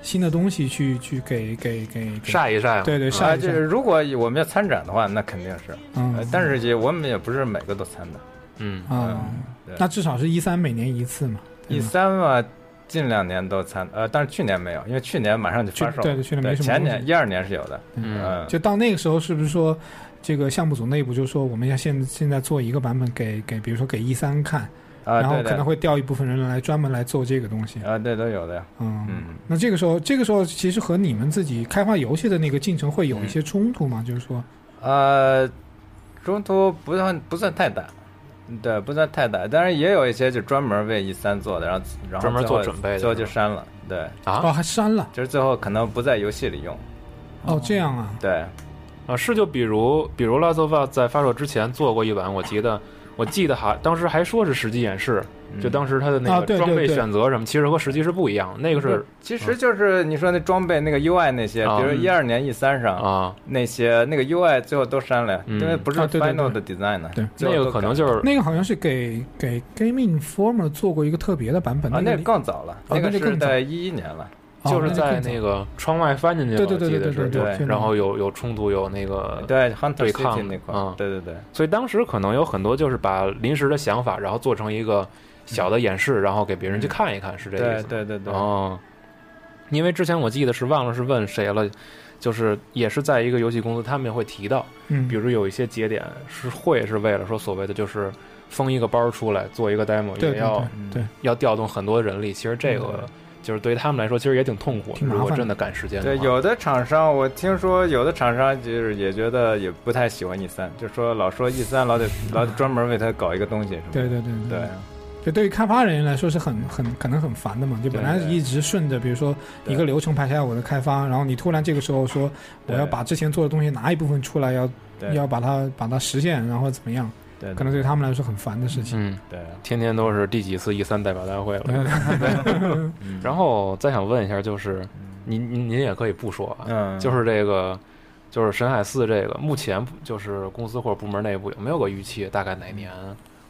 Speaker 14: 新的东西去去给给给给
Speaker 12: 晒一晒嘛
Speaker 14: 对对，
Speaker 15: 啊
Speaker 14: 晒一
Speaker 15: 就
Speaker 14: 晒
Speaker 15: 是。如果我们要参展的话，那肯定是，
Speaker 14: 嗯
Speaker 15: 呃但是也我们也不是每个都参的，
Speaker 12: 嗯
Speaker 14: 啊
Speaker 15: 对，
Speaker 14: 那至少是一三每年一次嘛。对
Speaker 15: 一
Speaker 14: 吗
Speaker 15: 三嘛，近两年都参，呃，但是去年没有，因为去年马上就发售了，
Speaker 14: 对对去年没什么
Speaker 15: 前
Speaker 14: 东西
Speaker 15: 年一二年是有的，嗯，
Speaker 14: 就到那个时候，是不是说这个项目组内部就说我们要现现在做一个版本给给，比如说给一三看，
Speaker 15: 啊
Speaker 14: 然后
Speaker 15: 对的
Speaker 14: 可能会调一部分人来专门来做这个东西。
Speaker 15: 啊，对都有的呀，
Speaker 14: 嗯
Speaker 15: 嗯，
Speaker 14: 那这个时候，这个时候其实和你们自己开发游戏的那个进程会
Speaker 15: 嗯
Speaker 14: 有一些冲突吗？就是说，
Speaker 15: 呃，中途不算不算太大，对，不算太大，当然也有一些就专门为一三做的，然后然后
Speaker 12: 专门
Speaker 15: 最后
Speaker 12: 做准备的
Speaker 15: 最后
Speaker 12: 是
Speaker 15: 就
Speaker 12: 吧
Speaker 15: 删了，对，
Speaker 12: 啊
Speaker 14: 哦，还删了，
Speaker 15: 就是最后可能不在游戏里用，
Speaker 14: 哦，这样啊，
Speaker 15: 对，
Speaker 12: 啊，是就比如比如 Last of Us 在发售之前做过一版，我记得我记得还当时还说是实际演示，就当时它的那
Speaker 15: 啊
Speaker 12: 个
Speaker 15: 对对
Speaker 12: 装备
Speaker 15: 对
Speaker 12: 选择什么，其实和实际是不一样的，那个是嗯
Speaker 15: 其实就是你说那装备那个 UI 那些，
Speaker 12: 啊
Speaker 15: 比如一二年、一三上
Speaker 12: 啊
Speaker 15: 那些那个 UI 最后都删了，
Speaker 12: 嗯
Speaker 15: 因为不是
Speaker 12: 啊对对对
Speaker 15: Final 的 design 呢。
Speaker 14: 对
Speaker 15: 最后都啊
Speaker 12: 那个可能就是
Speaker 14: 那个好像是给给 Gaming Informer 做过一个特别的版本，
Speaker 15: 啊，
Speaker 14: 个
Speaker 15: 那
Speaker 14: 里
Speaker 15: 个更早了，
Speaker 14: 哦
Speaker 15: 个
Speaker 14: 那就是更早
Speaker 15: 在一一年了。
Speaker 14: 哦
Speaker 12: 就是
Speaker 14: 那
Speaker 12: 在
Speaker 14: 更早
Speaker 12: 那个窗外翻进去了，
Speaker 14: 对对对
Speaker 12: 我记得
Speaker 14: 对对
Speaker 12: 是
Speaker 14: 对对
Speaker 12: 然
Speaker 15: 嗯
Speaker 12: 后有有冲突，有那个
Speaker 15: 对 Hunter
Speaker 12: 呃对
Speaker 15: City
Speaker 12: 抗
Speaker 15: 那块儿
Speaker 12: 嗯，
Speaker 15: 对对对。
Speaker 12: 所以当时可能有很多就是把临时的想法，然后做成一个小的演示，然后给别人去看一看，是这个意
Speaker 15: 嗯对
Speaker 12: 思吗。
Speaker 15: 对对对。
Speaker 12: 哦，因为之前我记得是忘了是问谁了，就是也是在一个游戏公司，他们也会提到，
Speaker 14: 嗯
Speaker 12: 比如有一些节点是会是为了说所谓的就是封一个包出来做一个 demo，
Speaker 14: 对
Speaker 12: 也
Speaker 14: 对
Speaker 12: 要嗯
Speaker 14: 对对
Speaker 12: 要调动很多人力，其实这个就是对于他们来说其实也挺痛苦，
Speaker 15: 嗯挺麻
Speaker 12: 如果
Speaker 15: 烦的
Speaker 12: 真的赶时间的
Speaker 15: 对，
Speaker 12: 话，
Speaker 15: 有的厂商我听说，有的厂商就是也觉得也不太喜欢 E 三，就说老说 E 三老得老得专门为它搞一个东西什么的。
Speaker 14: 对对对
Speaker 15: 对。
Speaker 14: 就对于开发人员来说是很很可能很烦的嘛，就本来
Speaker 15: 对对
Speaker 14: 一直顺着，比如说一个流程排下来我的开发，然后你突然这个时候说我
Speaker 15: 对
Speaker 14: 要把之前做的东西拿一部分出来，要
Speaker 15: 对
Speaker 14: 要把它把它实现，然后怎么样
Speaker 15: 对对，
Speaker 14: 可能对他们来说很烦的事情。
Speaker 12: 嗯，
Speaker 15: 对，
Speaker 12: 天天都是第几次一三代表大会了。
Speaker 14: 嗯
Speaker 12: 然后再想问一下，就是您您您也可以不说啊，
Speaker 15: 嗯
Speaker 12: 就是这个就是沈海寺这个，目前就是公司或者部门内部有没有个预期，大概哪年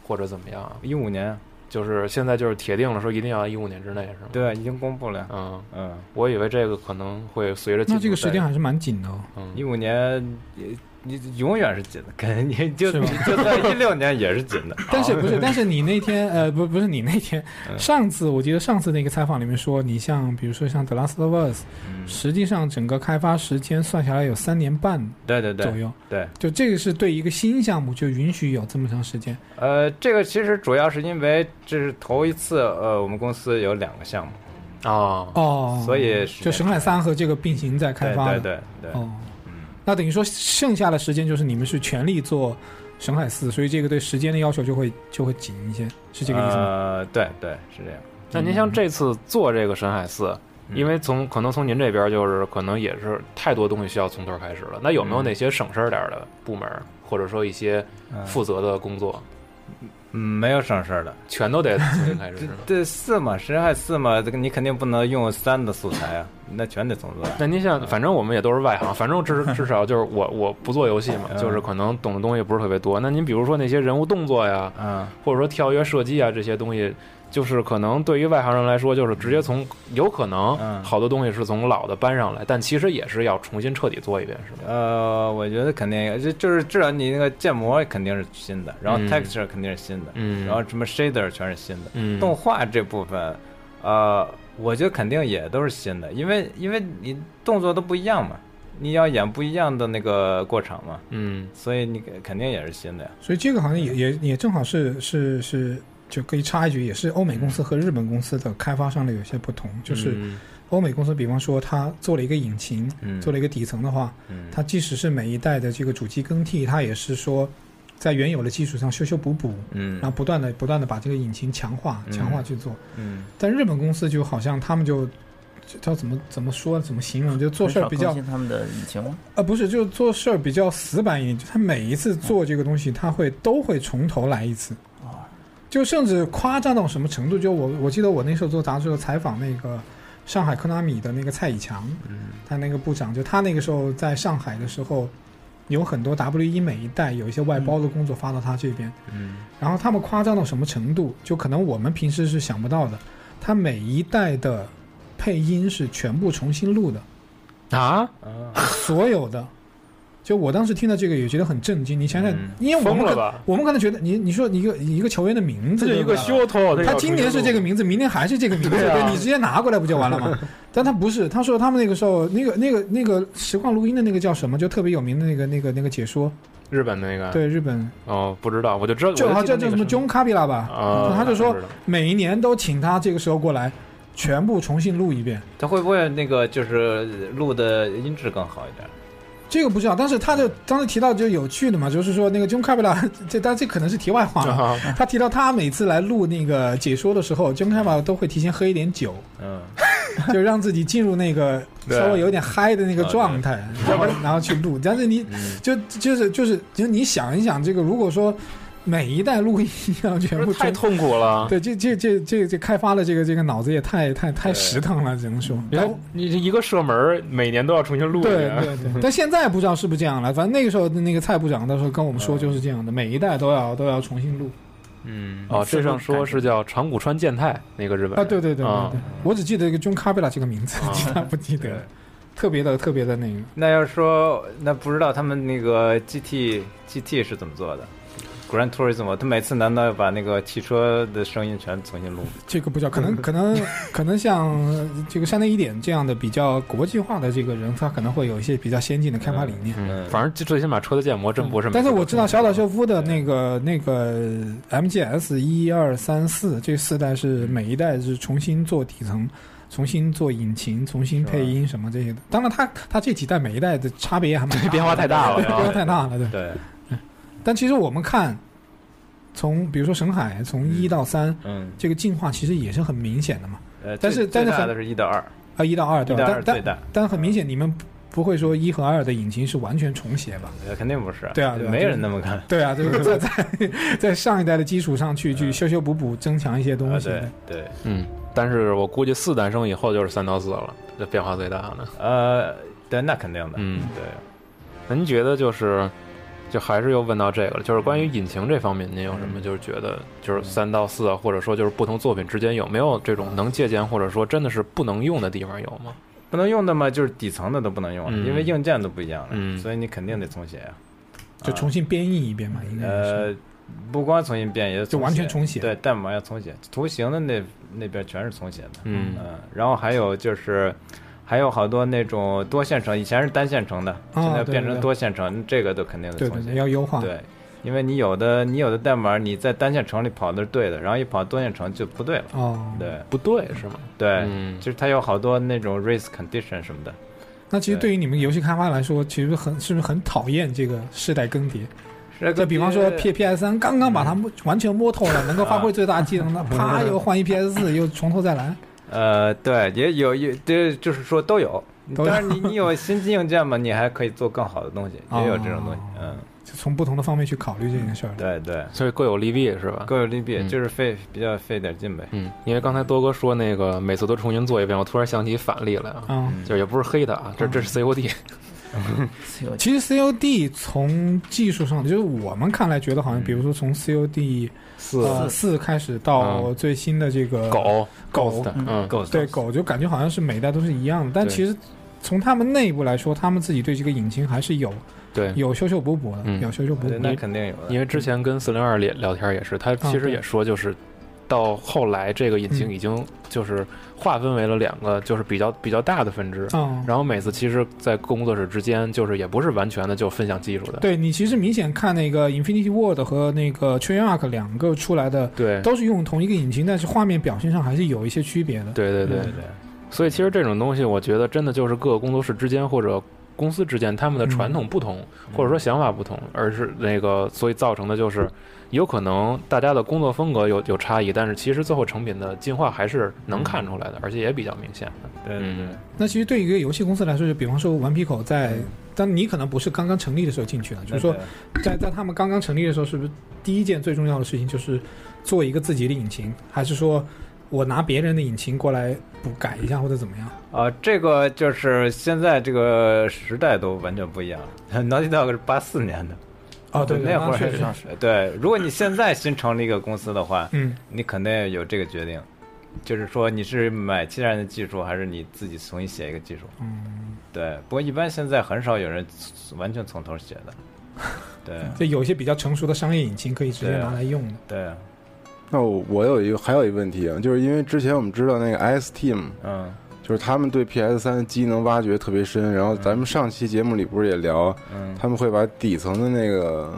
Speaker 12: 或者怎么样？啊
Speaker 15: 一五年，
Speaker 12: 就是现在就是铁定了，说一定要一五年之内是吗？
Speaker 15: 对，已经公布了。
Speaker 12: 嗯
Speaker 15: 嗯，
Speaker 12: 我以为这个可能会随着进
Speaker 14: 那
Speaker 12: 度
Speaker 14: 这个时间
Speaker 12: 在
Speaker 14: 还是蛮紧的哦。
Speaker 12: 嗯
Speaker 15: 一五年，呃你永远是紧的，肯定你就是
Speaker 14: 吗。
Speaker 15: 你 就算一六年也是紧的
Speaker 14: 但是不是？但
Speaker 15: 是
Speaker 14: 是你那天呃，不不是你那天，
Speaker 15: 嗯
Speaker 14: 上次我记得上次那个采访里面说，你像比如说像《The Last of Us》，实
Speaker 15: 嗯
Speaker 14: 际上整个开发时间算下来有三年半，
Speaker 15: 对对对
Speaker 14: 左右
Speaker 15: 对。
Speaker 14: 就这个是对一个新项目就允许有这么长时间。
Speaker 15: 呃，这个其实主要是因为这是头一次，呃，我们公司有两个项目
Speaker 12: 啊
Speaker 14: 哦，
Speaker 15: 所以
Speaker 14: 就《神海三》和这个并行在开
Speaker 15: 对
Speaker 14: 发
Speaker 15: 对
Speaker 14: 的，
Speaker 15: 对对，嗯
Speaker 14: 哦，那等于说剩下的时间就是你们是全力做《神海四》，所以这个对时间的要求就会就会紧一些，是这个意思吗？
Speaker 15: 呃，对对是这样。
Speaker 12: 那您像这次做这个神海四，
Speaker 14: 嗯
Speaker 12: 因为从可能从您这边就是可能也是太多东西需要从头开始了。那有没有
Speaker 15: 嗯
Speaker 12: 哪些省事儿点儿的部门，或者说一些
Speaker 14: 嗯
Speaker 12: 负责的工作，
Speaker 15: 嗯，没有省事儿的，
Speaker 12: 全都得重新开 始？是吗
Speaker 15: 这四嘛，实还四嘛，这个你肯定不能用三的素材啊， 那全得重做。
Speaker 12: 那您
Speaker 15: 嗯
Speaker 12: 像，反正我们也都是外行，反正至至少就是我我不做游戏嘛，
Speaker 15: 嗯
Speaker 12: 就是可能懂的东西不是特别多。那您比如说那些人物动作呀，
Speaker 15: 嗯，
Speaker 12: 或者说跳跃射击啊这些东西，就是可能对于外行人来说，就是直接从有可
Speaker 15: 嗯
Speaker 12: 能好多东西是从老的搬上来，但其实也是要重新彻底做一遍，是吧？
Speaker 15: 呃，我觉得肯定就就是至少你那个建模肯定是新的，然后
Speaker 12: 嗯
Speaker 15: texture 肯定是新的，
Speaker 12: 嗯
Speaker 15: 然后什么 shader 全是新的，
Speaker 12: 嗯
Speaker 15: 动画这部分，呃，我觉得肯定也都是新的，因为因为你动作都不一样嘛，你要演不一样的那个过场嘛，
Speaker 12: 嗯，
Speaker 15: 所以你肯定也是新的呀，
Speaker 14: 所以这个好像也也也正好是是是，就可以插一句，也是欧美公司和日本公司的开发上的有些不同，就是
Speaker 15: 嗯
Speaker 14: 欧美公司，比方说它做了一个引擎，
Speaker 15: 嗯
Speaker 14: 做了一个底层的话，
Speaker 15: 嗯
Speaker 14: 它即使是每一代的这个主机更替，它也是说。在原有的基础上修修补补，
Speaker 15: 嗯
Speaker 14: 然后不断的不断的把这个引擎强化、强化去做。
Speaker 15: 嗯
Speaker 14: 但日本公司就好像他们就，就叫怎么怎么说怎么形容，就做事儿比较
Speaker 6: 很少更新他们的引擎吗？
Speaker 14: 呃，不是，就是做事儿比较死板一点，就他每一次做这个东西，他会都会从头来一次，就甚至夸张到什么程度？就我我记得我那时候做杂志的时候采访那个上海科纳米的那个蔡以强，
Speaker 12: 嗯
Speaker 14: 他那个部长，就他那个时候在上海的时候，有很多 W 一每一代有一些外包的工作发到他这边，
Speaker 15: 嗯
Speaker 14: 然后他们夸张到什么程度？就可能我们平时是想不到的，他每一代的配音是全部重新录的。
Speaker 12: 啊，
Speaker 14: 所有的。就我当时听到这个也觉得很震惊，你想想，因为我们
Speaker 12: 嗯疯了
Speaker 14: 可
Speaker 12: 吧
Speaker 14: 我们可能觉得你你说你一个一个球员的名字，
Speaker 12: 这就
Speaker 14: 对吧
Speaker 12: 一个噱头啊这
Speaker 14: 他
Speaker 12: 要
Speaker 14: 今年是这个名字，明年还是这个名字，
Speaker 12: 对啊啊
Speaker 14: 对你直接拿过来不就完了吗？但他不是，他说他们那个时候那个那个那个实况录音的那个叫什么，就特别有名的那个那个那个解说，
Speaker 12: 日本那个
Speaker 14: 对日本
Speaker 12: 哦，不知道，我就知道，
Speaker 14: 就
Speaker 12: 我
Speaker 14: 好像
Speaker 12: 记得
Speaker 14: 叫叫
Speaker 12: 那
Speaker 14: 什
Speaker 12: 个
Speaker 14: 么 John Capila
Speaker 12: 啊
Speaker 14: 吧，他就说
Speaker 12: 知道
Speaker 14: 每一年都请他这个时候过来，全部重新录一遍。
Speaker 15: 它会不会那个就是录的音质更好一点？
Speaker 14: 这个不知道，但是他就当时提到就有趣的嘛，就是说那个 John Capela，这当然这可能是题外话
Speaker 12: 啊
Speaker 14: 了。 他提到他每次来录那个解说的时候，John Capela 都会提前喝一点酒，
Speaker 15: 嗯，
Speaker 14: 就让自己进入那个
Speaker 15: 对
Speaker 14: 稍微有点嗨的那个状态，
Speaker 12: 啊
Speaker 15: 要
Speaker 14: 然
Speaker 15: 不
Speaker 14: 后
Speaker 15: 然
Speaker 14: 然后去录。但是你
Speaker 12: 嗯
Speaker 14: 就就是就是就你想一想，这个如果说每一代录音要全部
Speaker 12: 太痛啊苦了
Speaker 14: 对，这这这这这开发的这个这个脑子也太太太实诚了，只能说。
Speaker 12: 你看你这一个射门每年都要重新录一
Speaker 14: 对
Speaker 12: 遍，
Speaker 14: 对 对，但现在不知道是不是这样了。反正那个时候那个蔡部长到时候跟我们说就是这样的，每一代都要都要重新录
Speaker 12: 嗯，哦，这上说是叫长谷川健太那个日本人
Speaker 14: 啊。对对对对
Speaker 12: 啊
Speaker 14: 对，我只记得一个 John Capela 这个名字，其他不记得了。特别的特别的那个，
Speaker 15: 那要说那不知道他们那个 GT GT 是怎么做的？Gran Turismo，他每次难道要把那个汽车的声音全重新录？
Speaker 14: 这个不知道，可能可能 可能像呃这个山内一点这样的比较国际化的这个人，他可能会有一些比较先进的开发理念。
Speaker 12: 嗯，反正最起码车的建模真不是每次
Speaker 14: 但
Speaker 12: 都
Speaker 14: 是
Speaker 12: 重
Speaker 14: 我
Speaker 12: 录，
Speaker 14: 知道小岛秀夫的那个那个 MGS 一二三四这四代是每一代是重新做底层，重新做引擎，重新配音什么这些的。当然他，他这几代每一代的差别也还蛮大的
Speaker 12: 变化太大了
Speaker 14: 对变化太大了，对。
Speaker 15: 对，
Speaker 14: 但其实我们看，从比如说神海从一到三，
Speaker 15: 嗯
Speaker 14: 这个进化其实也是很明显的嘛。
Speaker 15: 呃，
Speaker 14: 但是
Speaker 15: 最
Speaker 14: 但
Speaker 15: 最
Speaker 14: 是
Speaker 15: 大
Speaker 14: 很
Speaker 15: 的是一到二，
Speaker 14: 啊，一到二对吧？
Speaker 15: 一到
Speaker 14: 但
Speaker 15: 二最
Speaker 14: 但
Speaker 15: 大
Speaker 14: 但很明显，你们不会说一和二的引擎是完全重写吧？
Speaker 15: 呃肯定不是。
Speaker 14: 对啊，对啊
Speaker 15: 没
Speaker 14: 就是
Speaker 15: 人那么干。
Speaker 14: 对啊，就是在 在在上一代的基础上去去修修补补，增强一些东西。
Speaker 15: 呃啊对，
Speaker 12: 嗯，但是我估计四诞生以后就是三到四了，这变化最大的。
Speaker 15: 呃，对，那肯定的。
Speaker 12: 嗯，
Speaker 15: 对。
Speaker 12: 那您觉得就是，就还是又问到这个了，就是关于引擎这方面，您有什么就是觉得就是三到四啊，或者说就是不同作品之间有没有这种能借鉴，或者说真的是不能用的地方有吗？
Speaker 15: 不能用的嘛，就是底层的都不能用了，
Speaker 12: 嗯
Speaker 15: 因为硬件都不一样了，
Speaker 12: 嗯
Speaker 15: 所以你肯定得重写啊。
Speaker 14: 就重新编译一遍嘛，应该嗯是。
Speaker 15: 呃，不光重新编，也是
Speaker 14: 就完全重写。
Speaker 15: 对，代码要重写，图形的那那边全是重写的。呃
Speaker 12: 嗯
Speaker 15: 然后还有就是，还有好多那种多线程，以前是单线程的，
Speaker 14: 哦
Speaker 15: 现在变
Speaker 14: 对对
Speaker 15: 成
Speaker 14: 对
Speaker 15: 多线程，这个都肯定得
Speaker 14: 对
Speaker 15: 重
Speaker 14: 对
Speaker 15: 写。
Speaker 14: 对，要优化。
Speaker 15: 对，因为你有的你有的代码你在单线程里跑的是对的，然后一跑多线程就不对了。
Speaker 14: 哦，
Speaker 15: 对，
Speaker 12: 不对是吗？
Speaker 15: 对，
Speaker 12: 嗯
Speaker 15: 其实它有好多那种 race condition 什么的。
Speaker 14: 那其实对于你们游戏开发来说，其实很是不是很讨厌这个世代更迭？
Speaker 12: 啊
Speaker 15: 代更迭
Speaker 14: 就比方说 P P S 三刚刚把它
Speaker 15: 嗯
Speaker 14: 摸完全摸透了，能够发挥最大技能 的，啪又换一 P S 四，又从头再来。
Speaker 15: 呃，对，也有也对，就是说都有。
Speaker 14: 都
Speaker 15: 当然
Speaker 14: 有
Speaker 15: 你，你有新进硬件嘛，你还可以做更好的 东西，
Speaker 14: 啊
Speaker 15: 也有这种东西。嗯，
Speaker 14: 就从不同的方面去考虑这件事儿。
Speaker 15: 对对，
Speaker 12: 所以各有利弊是吧？
Speaker 15: 各有利弊，就是是费比较费点劲呗。
Speaker 12: 嗯，因为刚才多哥说那个每次都重新做一遍，我突然想起反例来啊，
Speaker 14: 嗯
Speaker 12: 就是也不是黑的啊，这这是 COD，
Speaker 14: 其实 C O D 从技术上，就是我们看来觉得好像，比如说从 C O D
Speaker 12: 嗯
Speaker 14: 呃
Speaker 12: 四
Speaker 14: 四开始到
Speaker 12: 嗯
Speaker 14: 最新的这个
Speaker 12: 狗
Speaker 14: 狗
Speaker 12: Ghost，嗯 Ghost
Speaker 14: 对狗就感觉好像是每一代都是一样的，但
Speaker 12: 对
Speaker 14: 其实从他们内部来说，他们自己对这个引擎还是有
Speaker 12: 对，
Speaker 14: 有修修补补的，
Speaker 12: 嗯
Speaker 14: 有修修补补。
Speaker 15: 定有
Speaker 12: 因为之前跟四零二聊聊天也是，他其实也说就是。到后来，这个引擎
Speaker 14: 嗯
Speaker 12: 已经就是划分为了两个，就是比较比较大的分支。
Speaker 14: 哦
Speaker 12: 然后每次其实，在工作室之间，就是也不是完全的就分享技术的。
Speaker 14: 对你其实明显看那个 Infinity Ward 和那个 Trainarc 两个出来的，
Speaker 12: 对
Speaker 14: 都是用同一个引擎，但是画面表现上还是有一些区别的。
Speaker 12: 对对对
Speaker 14: 嗯
Speaker 12: 所以其实这种东西，我觉得真的就是各个工作室之间或者公司之间他
Speaker 14: 嗯
Speaker 12: 们的传统不同，或者
Speaker 15: 嗯
Speaker 12: 说想法不同，而是那个所以造成的就是有可能大家的工作风格有有差异，但是其实最后成品的进化还是能看出来
Speaker 15: 嗯
Speaker 12: 的，而且也比较明显的。
Speaker 15: 对对对，
Speaker 14: 那其实对于一个游戏公司来说，就比方说顽皮狗在，
Speaker 15: 嗯
Speaker 14: 但你可能不是刚刚成立的时候进去啊的，就是说在在他们刚刚成立的时候，是不是第一件最重要的事情就是做一个自己的引擎，还是说我拿别人的引擎过来补改一下或者怎么样？
Speaker 15: 啊、这个就是现在这个时代都完全不一样了。Naughty Dog 是八四年的，
Speaker 14: 哦对对
Speaker 15: 那会
Speaker 14: 那确实
Speaker 15: 儿对。如果你现在新成立一个公司的话，
Speaker 14: 嗯，
Speaker 15: 你肯定有这个决定，就是说你是买其他人的技术，还是你自己重新写一个技术？
Speaker 14: 嗯，
Speaker 15: 对。不过一般现在很少有人完全从头写的，对啊
Speaker 14: 就有一些比较成熟的商业引擎可以直接拿来用的。
Speaker 15: 对。啊
Speaker 13: 那我我有一个还有一个问题啊，就是因为之前我们知道那个 S Team，
Speaker 15: 嗯，
Speaker 13: 就是他们对 PS 三机能挖掘特别深，然后咱们上期节目里不是也聊，
Speaker 15: 嗯
Speaker 13: 他们会把底层的那个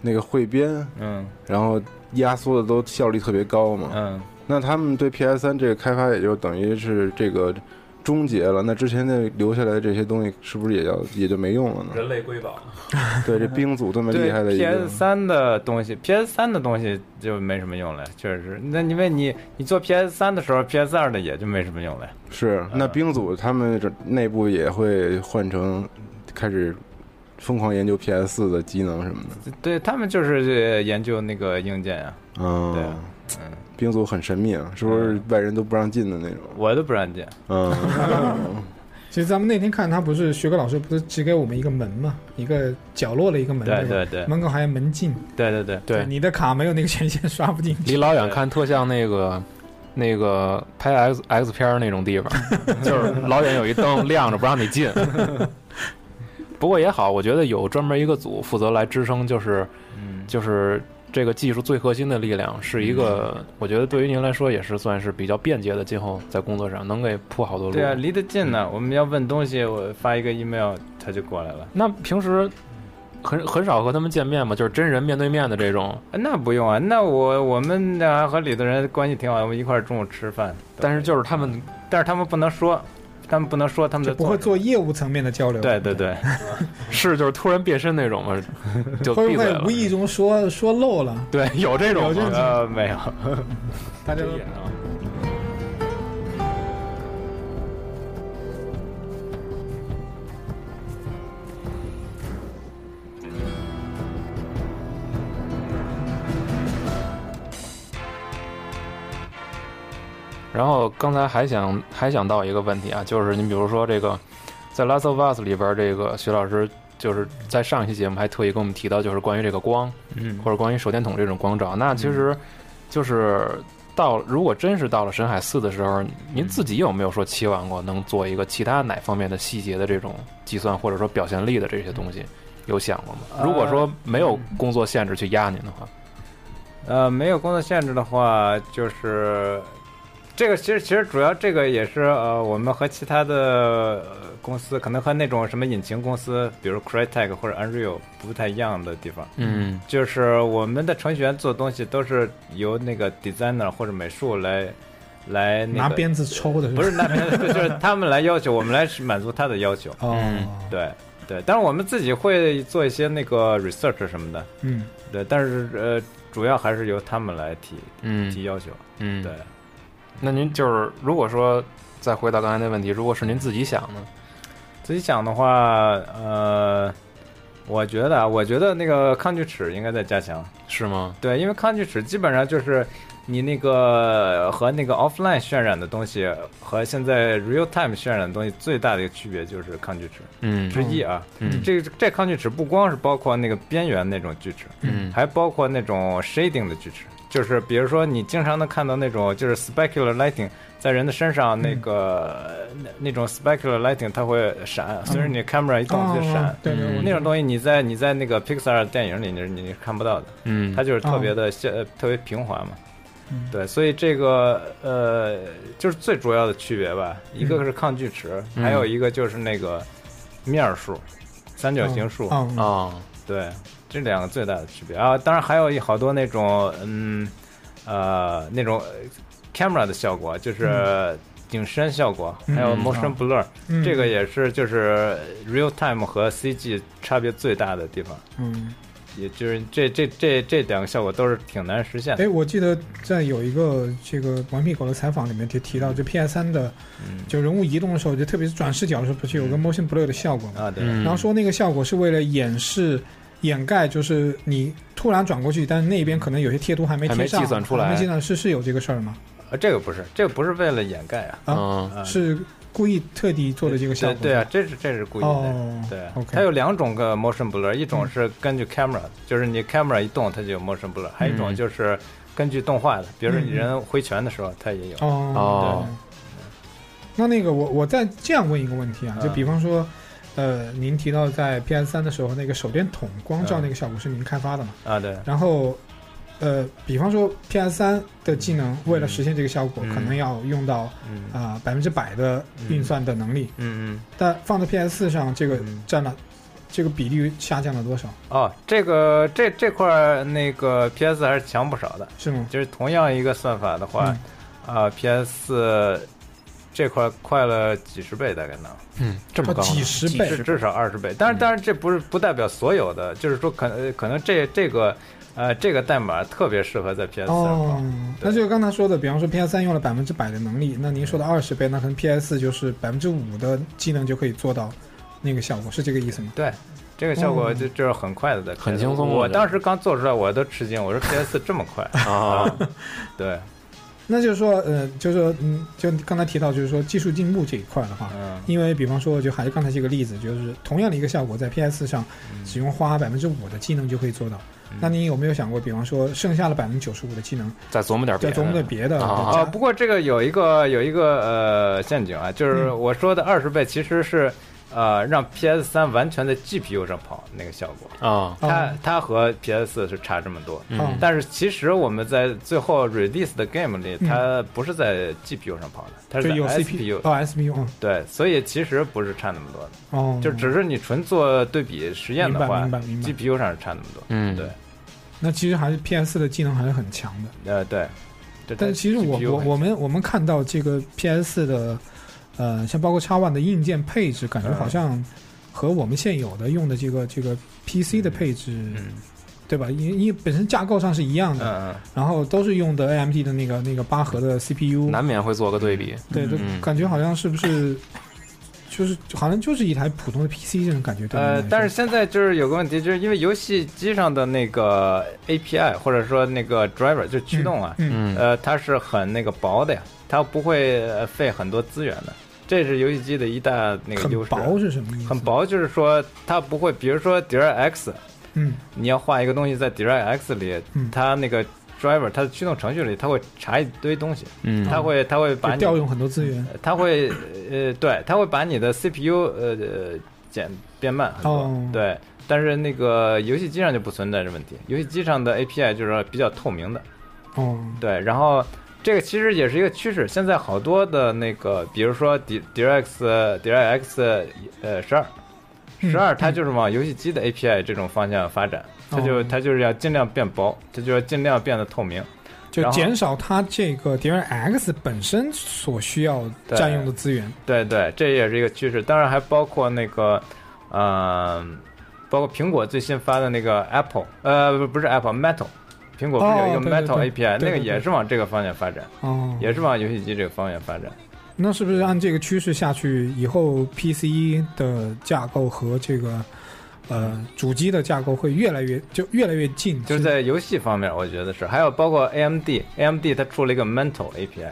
Speaker 13: 那个汇编，
Speaker 15: 嗯，
Speaker 13: 然后压缩的都效率特别高嘛，
Speaker 15: 嗯，
Speaker 13: 那他们对 PS 三这个开发也就等于是这个终结了，那之前那留下来的这些东西是不是也要也就没用了呢？
Speaker 12: 人类瑰宝，
Speaker 13: 对，这兵组这么厉害的一个
Speaker 15: PS 三的东西，PS 三的东西就没什么用了，确实是。那因为你你做 PS 三的时候，PS 二的也就没什么用了。
Speaker 13: 是，
Speaker 15: 嗯
Speaker 13: 那兵组他们这内部也会换成开始疯狂研究 PS 四的机能什么的。
Speaker 15: 对他们就是呃研究那个硬件啊，
Speaker 13: 嗯，对，兵组很神秘啊，是不是外人都不让进的那种？
Speaker 15: 我都不让进。
Speaker 13: 嗯，
Speaker 14: 其实咱们那天看他不是学哥老师不是指给我们一个门嘛，一个角落的一个门，
Speaker 15: 对
Speaker 14: 吧
Speaker 15: 对对
Speaker 14: 门口还有门禁，
Speaker 15: 对对对
Speaker 12: 对，
Speaker 14: 你的卡没有那个权限刷不进去。
Speaker 12: 离老远看特像那个那个拍 X X 片儿那种 地方，就是老远有一 灯亮着不让你进。不过也好，我觉得有专门一个组负责来支撑，就是
Speaker 15: 嗯
Speaker 12: 就是这个技术最核心的力量，是一个我觉得对于您来说也是算是比较便捷的，今后在工作上能给铺好多路。
Speaker 15: 对啊，离得近呢，我们要问东西，我发一个 email，他就过来了。
Speaker 12: 那平时很很少和他们见面嘛，就是真人面对面的这种。
Speaker 15: 那不用啊，那我我们那和里头人关系挺好，我们一块儿中午吃饭。
Speaker 12: 但是就是他们，
Speaker 15: 但是他们不能说，他们不能说他们
Speaker 14: 就
Speaker 15: 在
Speaker 14: 不
Speaker 15: 做
Speaker 14: 会。做业务层面的交流。
Speaker 15: 对对对，
Speaker 12: 是就是突然变身那种嘛，就
Speaker 14: 会
Speaker 12: 闭
Speaker 14: 不
Speaker 12: 嘴
Speaker 14: 会
Speaker 12: 了
Speaker 14: 无。意中
Speaker 15: 嗯
Speaker 14: 说说漏了？
Speaker 12: 对，有这种
Speaker 14: 有这
Speaker 12: 吗
Speaker 14: 种？
Speaker 15: 呃，没有。
Speaker 14: 大家都
Speaker 12: 然后刚才还想还想到一个问题啊，就是你比如说这个，在《Last of Us》里边儿，这个徐老师就是在上一期节目还特意跟我们提到，就是关于这个光，
Speaker 15: 嗯
Speaker 12: 或者关于手电筒这种光照。那其实就是到如果真是到了《深海四》的时候，您自己有没有说期望过能做一个其他哪方面的细节的这种计算，或者说表现力的这些东西？有想过吗？如果说没有工作限制去压您的话，
Speaker 15: 呃，没有工作限制的话，就是这个其实其实主要这个也是呃，我们和其他的呃公司，可能和那种什么引擎公司，比如 Crytek 或者 Unreal 不太一样的地方。
Speaker 12: 嗯
Speaker 15: 就是我们的程序员做东西都是由那个 designer 或者美术来来、那个、
Speaker 14: 拿鞭子抽的是
Speaker 15: 不
Speaker 14: 吧
Speaker 15: 是那边， 就是他们来要求，我们来满足他的要求。
Speaker 14: 哦
Speaker 15: 嗯，对对，当然我们自己会做一些那个 research 什么的，
Speaker 14: 嗯，
Speaker 15: 对，但是呃，主要还是由他们来提，
Speaker 12: 嗯
Speaker 15: 提要求，
Speaker 12: 嗯，
Speaker 15: 对。
Speaker 12: 那您就是如果说再回到刚才那问题，如果是您自己想呢？
Speaker 15: 自己想的话，呃，我觉得，啊，我觉得那个抗锯齿应该再加强，
Speaker 12: 是吗？
Speaker 15: 对，因为抗锯齿基本上就是你那个和那个 offline 渲染的东西和现在 real time 渲染的东西最大的一个区别就是抗锯齿，
Speaker 12: 嗯
Speaker 15: 之一啊，
Speaker 12: 嗯
Speaker 15: 这个这抗锯齿不光是包括那个边缘那种锯齿，
Speaker 12: 嗯
Speaker 15: 还包括那种 shading 的锯齿，就是比如说你经常能看到那种就是 specular lighting 在人的身上那个、
Speaker 12: 嗯
Speaker 15: 那那种 specular lighting 它会闪，随着你 camera 一动它就闪，
Speaker 14: 哦对对我知道
Speaker 15: 嗯那种东西你在你在那个 Pixar 电影里你是你是看不到的，
Speaker 12: 嗯
Speaker 15: 它就是特别的、呃特别平滑嘛。
Speaker 14: 嗯
Speaker 15: 对，所以这个呃，就是最主要的区别吧，一个是抗锯齿，
Speaker 12: 嗯
Speaker 15: 还有一个就是那个面儿数、
Speaker 14: 嗯
Speaker 15: 三角形数
Speaker 12: 哦哦
Speaker 15: 对，这两个最大的区别啊。当然还有一好多那种嗯呃那种呃 camera 的效果，就是
Speaker 12: 嗯
Speaker 15: 景深效果，
Speaker 12: 嗯
Speaker 15: 还有 motion
Speaker 12: 哦
Speaker 15: blur，、
Speaker 12: 嗯
Speaker 15: 这个也是就是 real time 和 CG 差别最大的地方。
Speaker 14: 嗯，
Speaker 15: 也就是这这这这两个效果都是挺难实现的。
Speaker 14: 哎，我记得在有一个这个顽皮狗的采访里面就提到，就 PS 三的
Speaker 15: 嗯
Speaker 14: 就人物移动的时候，就特别是转视角的时候，不是有个 motion blur 的效果吗？
Speaker 15: 啊，对。
Speaker 14: 然后说那个效果是为了掩饰、掩盖，就是你突然转过去，但是那边可能有些贴图还没贴
Speaker 15: 还
Speaker 14: 上，
Speaker 15: 没计算出来
Speaker 14: 还没计算是是有这个事儿吗？
Speaker 15: 呃，这个不是，这个不是为了掩盖啊，
Speaker 14: 啊，
Speaker 15: 嗯
Speaker 14: 是故意特地做的这个效
Speaker 15: 对
Speaker 14: 果。
Speaker 15: 对啊，这是这是故意
Speaker 14: 哦
Speaker 15: 的，对啊
Speaker 14: OK，嗯
Speaker 15: 它有两种个 motion blur，一种是根据 camera，就是你 camera 一动它就有 motion blur，还有一种
Speaker 12: 嗯
Speaker 15: 就是根据动画的，比如说你
Speaker 14: 嗯嗯
Speaker 15: 人挥拳的时候它也有。
Speaker 14: 哦那那个我我再这样问一个问题啊，
Speaker 15: 嗯
Speaker 14: 就比方说，呃，您提到在 PS 三的时候，那个手电筒光照那个效果是您开发的嘛？
Speaker 15: 对啊对，
Speaker 14: 然后，呃，比方说 PS 三的技能为了实现这个效果，
Speaker 15: 嗯
Speaker 14: 可能要用到
Speaker 15: 嗯
Speaker 14: 啊百分之百的运算的能力，
Speaker 15: 嗯嗯。嗯
Speaker 14: 但放在 PS 四上，这个占了、这个比例下降了多少？
Speaker 15: 哦，这个这这块儿那个 PS 还是强不少的，
Speaker 14: 是吗？
Speaker 15: 就是同样一个算法
Speaker 12: 嗯
Speaker 15: 的话，啊 PS 这块儿快了几十倍，大概能。
Speaker 12: 嗯，这么高呢，嗯
Speaker 15: 至至少二十倍。但是但是这不是不代表所有的，就是说可呃可能这这个呃这个代码特别适合在 PS 上。
Speaker 14: 哦，那就是刚才说的，比方说 PS 三用了百分之百的能力，那您
Speaker 12: 嗯
Speaker 14: 说的二十倍，那可能 PS 四就是百分之五的技能就可以做到那个效果，是这个意思吗？
Speaker 15: 对，这个效果就就是很快的在 PS
Speaker 12: 哦
Speaker 15: 上，
Speaker 12: 很轻松
Speaker 15: 我
Speaker 12: 我觉得
Speaker 15: 当时刚做出来，我都吃惊，我说 PS 这么快啊？对，
Speaker 12: 嗯
Speaker 14: 那就是说，呃，就是说，嗯，就刚才提到，就是说技术进步这一块的话，
Speaker 15: 嗯
Speaker 14: 因为比方说，就还是刚才这个例子，就是同样的一个效果，在 PS 上
Speaker 12: 嗯
Speaker 14: 只用花百分之五的技能就可以做到。那您有没有想过，比方说剩下的百分之九十五的技能，
Speaker 12: 再琢磨点别
Speaker 14: 再
Speaker 12: 的，
Speaker 14: 琢磨点别的
Speaker 12: 啊
Speaker 15: 啊，不过这个有一个有一个呃陷阱啊，就是
Speaker 14: 嗯
Speaker 15: 我说的二十倍其实是呃让 PS 三完全在 GPU 上跑那个效果。
Speaker 12: 啊
Speaker 14: 哦
Speaker 15: 它它和 PS 四是差这么多，
Speaker 12: 嗯
Speaker 15: 但是其实我们在最后 release 的 game 里，
Speaker 14: 嗯
Speaker 15: 它不是在 GPU 上跑的，它是
Speaker 14: 就
Speaker 15: 在
Speaker 14: 有
Speaker 15: CPU，
Speaker 14: CPU 哦 SPU 嗯
Speaker 15: 对，所以其实不是差那么多的，
Speaker 14: 哦
Speaker 15: 就只是你纯做对比实验的话
Speaker 14: 明白明白明白
Speaker 15: ，GPU 上是差那么多，
Speaker 12: 嗯
Speaker 15: 对，
Speaker 14: 那其实还是 PS 四的技能还是很强的。
Speaker 15: 呃对，这
Speaker 14: 但是其实我
Speaker 15: GPU
Speaker 14: 我
Speaker 15: 还
Speaker 14: 我们我们看到这个 PS 四的，呃，像包括 X One 的硬件配置，
Speaker 15: 嗯
Speaker 14: 感觉好像和我们现有的用的这个这个 PC
Speaker 15: 嗯
Speaker 14: 的配置，对吧？因因为本身架构上是一样
Speaker 15: 嗯
Speaker 14: 的，然后都是用的 AMD 的那个那个八核的 CPU，
Speaker 12: 难免会做个对比，
Speaker 14: 对，就
Speaker 12: 嗯
Speaker 14: 感觉好像是不是就是好像就是一台普通的 PC 这种感觉，对
Speaker 15: 呃，
Speaker 14: 吧？
Speaker 15: 但是现在就是有个问题，就是因为游戏机上的那个 API 或者说那个 driver 就是驱动啊，
Speaker 12: 嗯嗯
Speaker 15: 呃，它是很那个薄的呀，它不会呃费很多资源的，这是游戏机的一大那个优势。
Speaker 14: 薄是什么意思？
Speaker 15: 很薄就是说它不会，比如说 DirectX，
Speaker 14: 嗯，
Speaker 15: 你要画一个东西在 DirectX 里，
Speaker 14: 嗯
Speaker 15: 它那个 driver 它的驱动程序里，它会查一堆东西，
Speaker 12: 嗯
Speaker 15: 它会它会把
Speaker 14: 就
Speaker 15: 你
Speaker 14: 调用很多资源。
Speaker 15: 它会呃，对，它会把你的 CPU 呃呃减变慢很多，
Speaker 14: 哦
Speaker 15: 对，但是那个游戏机上就不存在这问题，游戏机上的 API 就是比较透明的。嗯
Speaker 14: 哦，
Speaker 15: 对，然后这个其实也是一个趋势，现在好多的那个，比如说 D DirectX DirectX 呃十二，
Speaker 14: 嗯
Speaker 15: 十二它就是往游戏机的 API 这种方向发展，它就它就是要尽量变薄，它就要尽量变得透明，
Speaker 14: 就
Speaker 15: 然后
Speaker 14: 减少它这个 DirectX 本身所需要
Speaker 15: 对
Speaker 14: 占用的资源。
Speaker 15: 对对，这也是一个趋势。当然还包括那个，嗯、包括苹果最新发的那个 Apple，呃，不不是 Apple，Metal，苹果不是有一
Speaker 14: 哦
Speaker 15: 个
Speaker 14: 对对
Speaker 15: Metal
Speaker 14: 对
Speaker 15: API，、
Speaker 14: 对
Speaker 15: 那个
Speaker 14: 对
Speaker 15: 也
Speaker 14: 对
Speaker 15: 是往这个方向发展，
Speaker 14: 哦，
Speaker 15: 也是往游戏机这个方向发展。
Speaker 14: 那是不是按这个趋势下去，以后 PC 的架构和这个呃主机的架构会越来越就越来越近？
Speaker 15: 就是在游戏方面，我觉得是，还有包括 AMD，AMD 它出了一个 Mental API，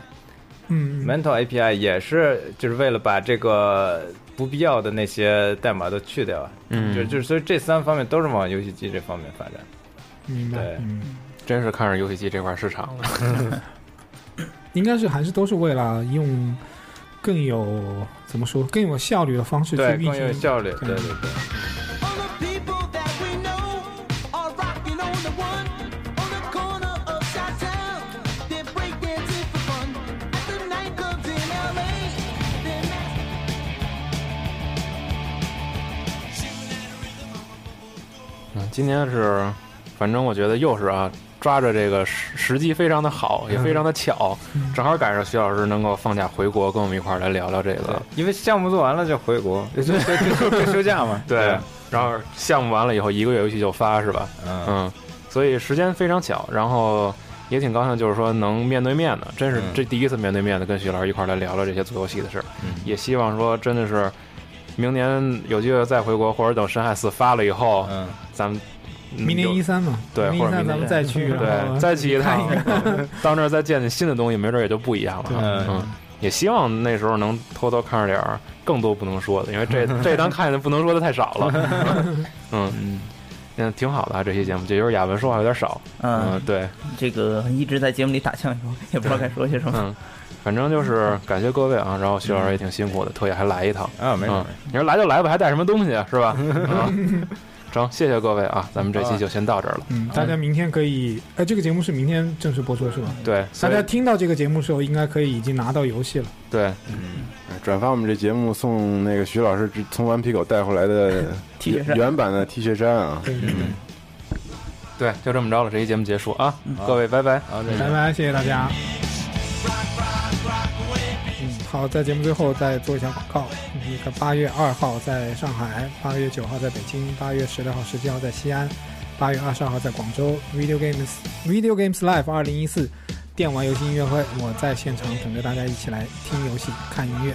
Speaker 14: 嗯
Speaker 15: Mental API 也是就是为了把这个不必要的那些代码都去掉啊，
Speaker 12: 嗯
Speaker 15: 就就是所以这三方面都是往游戏机这方面发展。
Speaker 14: 明白
Speaker 15: 对，
Speaker 14: 嗯，
Speaker 12: 真是看上游戏机这块市场了。
Speaker 14: 应该是还是都是为了用更有怎么说更有效率的方式去
Speaker 15: 对，
Speaker 14: 运
Speaker 15: 更有
Speaker 14: 行。
Speaker 15: 效率，对对对。
Speaker 12: 嗯，今年是，反正我觉得又是啊，抓着这个时时机非常的好，也非常的巧，正好赶上徐老师能够放假回国，跟我们一块儿来聊聊这个。
Speaker 15: 因为项目做完了就回国，就 就就就休假嘛。
Speaker 12: 对，然后项目完了以后，一个月游戏就发是吧？
Speaker 15: 嗯
Speaker 12: 所以时间非常巧，然后也挺高兴，就是说能面对面的，真是
Speaker 15: 嗯
Speaker 12: 这第一次面对面的跟徐老师一块儿来聊聊这些做游戏的事儿，
Speaker 15: 嗯
Speaker 12: 也希望说真的是明年有机会再回国，或者等《深海四》发了以后，
Speaker 15: 嗯，
Speaker 12: 咱们嗯
Speaker 14: 明年
Speaker 12: 有
Speaker 14: 一三嘛，
Speaker 12: 对，
Speaker 14: 明
Speaker 12: 或
Speaker 14: 年
Speaker 12: 者
Speaker 14: 一
Speaker 12: 明
Speaker 14: 三咱们
Speaker 12: 年
Speaker 14: 再去，然后
Speaker 12: 对，再去一趟
Speaker 14: 看一看，
Speaker 12: 嗯到那儿再见见新的东西，没准也就不一样了。
Speaker 15: 嗯
Speaker 12: 嗯，也希望那时候能偷偷看着点儿更多不能说的，因为这这单看见不能说的太少了。嗯嗯，挺好的啊，这期节目，这就是雅文说话有点少。
Speaker 6: 嗯
Speaker 12: 嗯，对，
Speaker 6: 这个一直在节目里打酱油，也不知道该说些什么
Speaker 12: 嗯。反正就是感谢各位啊，然后徐老师也挺辛苦的，特意还来一趟
Speaker 15: 啊没事
Speaker 12: 嗯
Speaker 15: 没事
Speaker 12: 你说来就来吧，还带什么东西啊是吧？嗯，成，谢谢各位啊，咱们这期就先到这儿了。
Speaker 14: 嗯，大家明天可以，呃，这个节目是明天正式播出是吧？
Speaker 12: 对，
Speaker 14: 大
Speaker 13: 所以
Speaker 14: 家听到这个节目的时候，应该可以已经拿到游戏了。
Speaker 12: 对，
Speaker 13: 嗯，转发我们这节目送那个徐老师从顽皮狗带回来的
Speaker 6: T 恤衫
Speaker 13: 原版的 T 恤衫啊，
Speaker 12: 对，就这么着了，这期节目结束啊，各位拜拜，
Speaker 14: 拜拜，谢谢大家。嗯，好，在节目最后再做一下广告。那个八月二号在上海，八月九号在北京，八月十六号、十七号在西安，八月二十二号在广州。Video Games Video Games Live 二零一四电玩游戏音乐会，我在现场等着大家一起来听游戏、看音乐。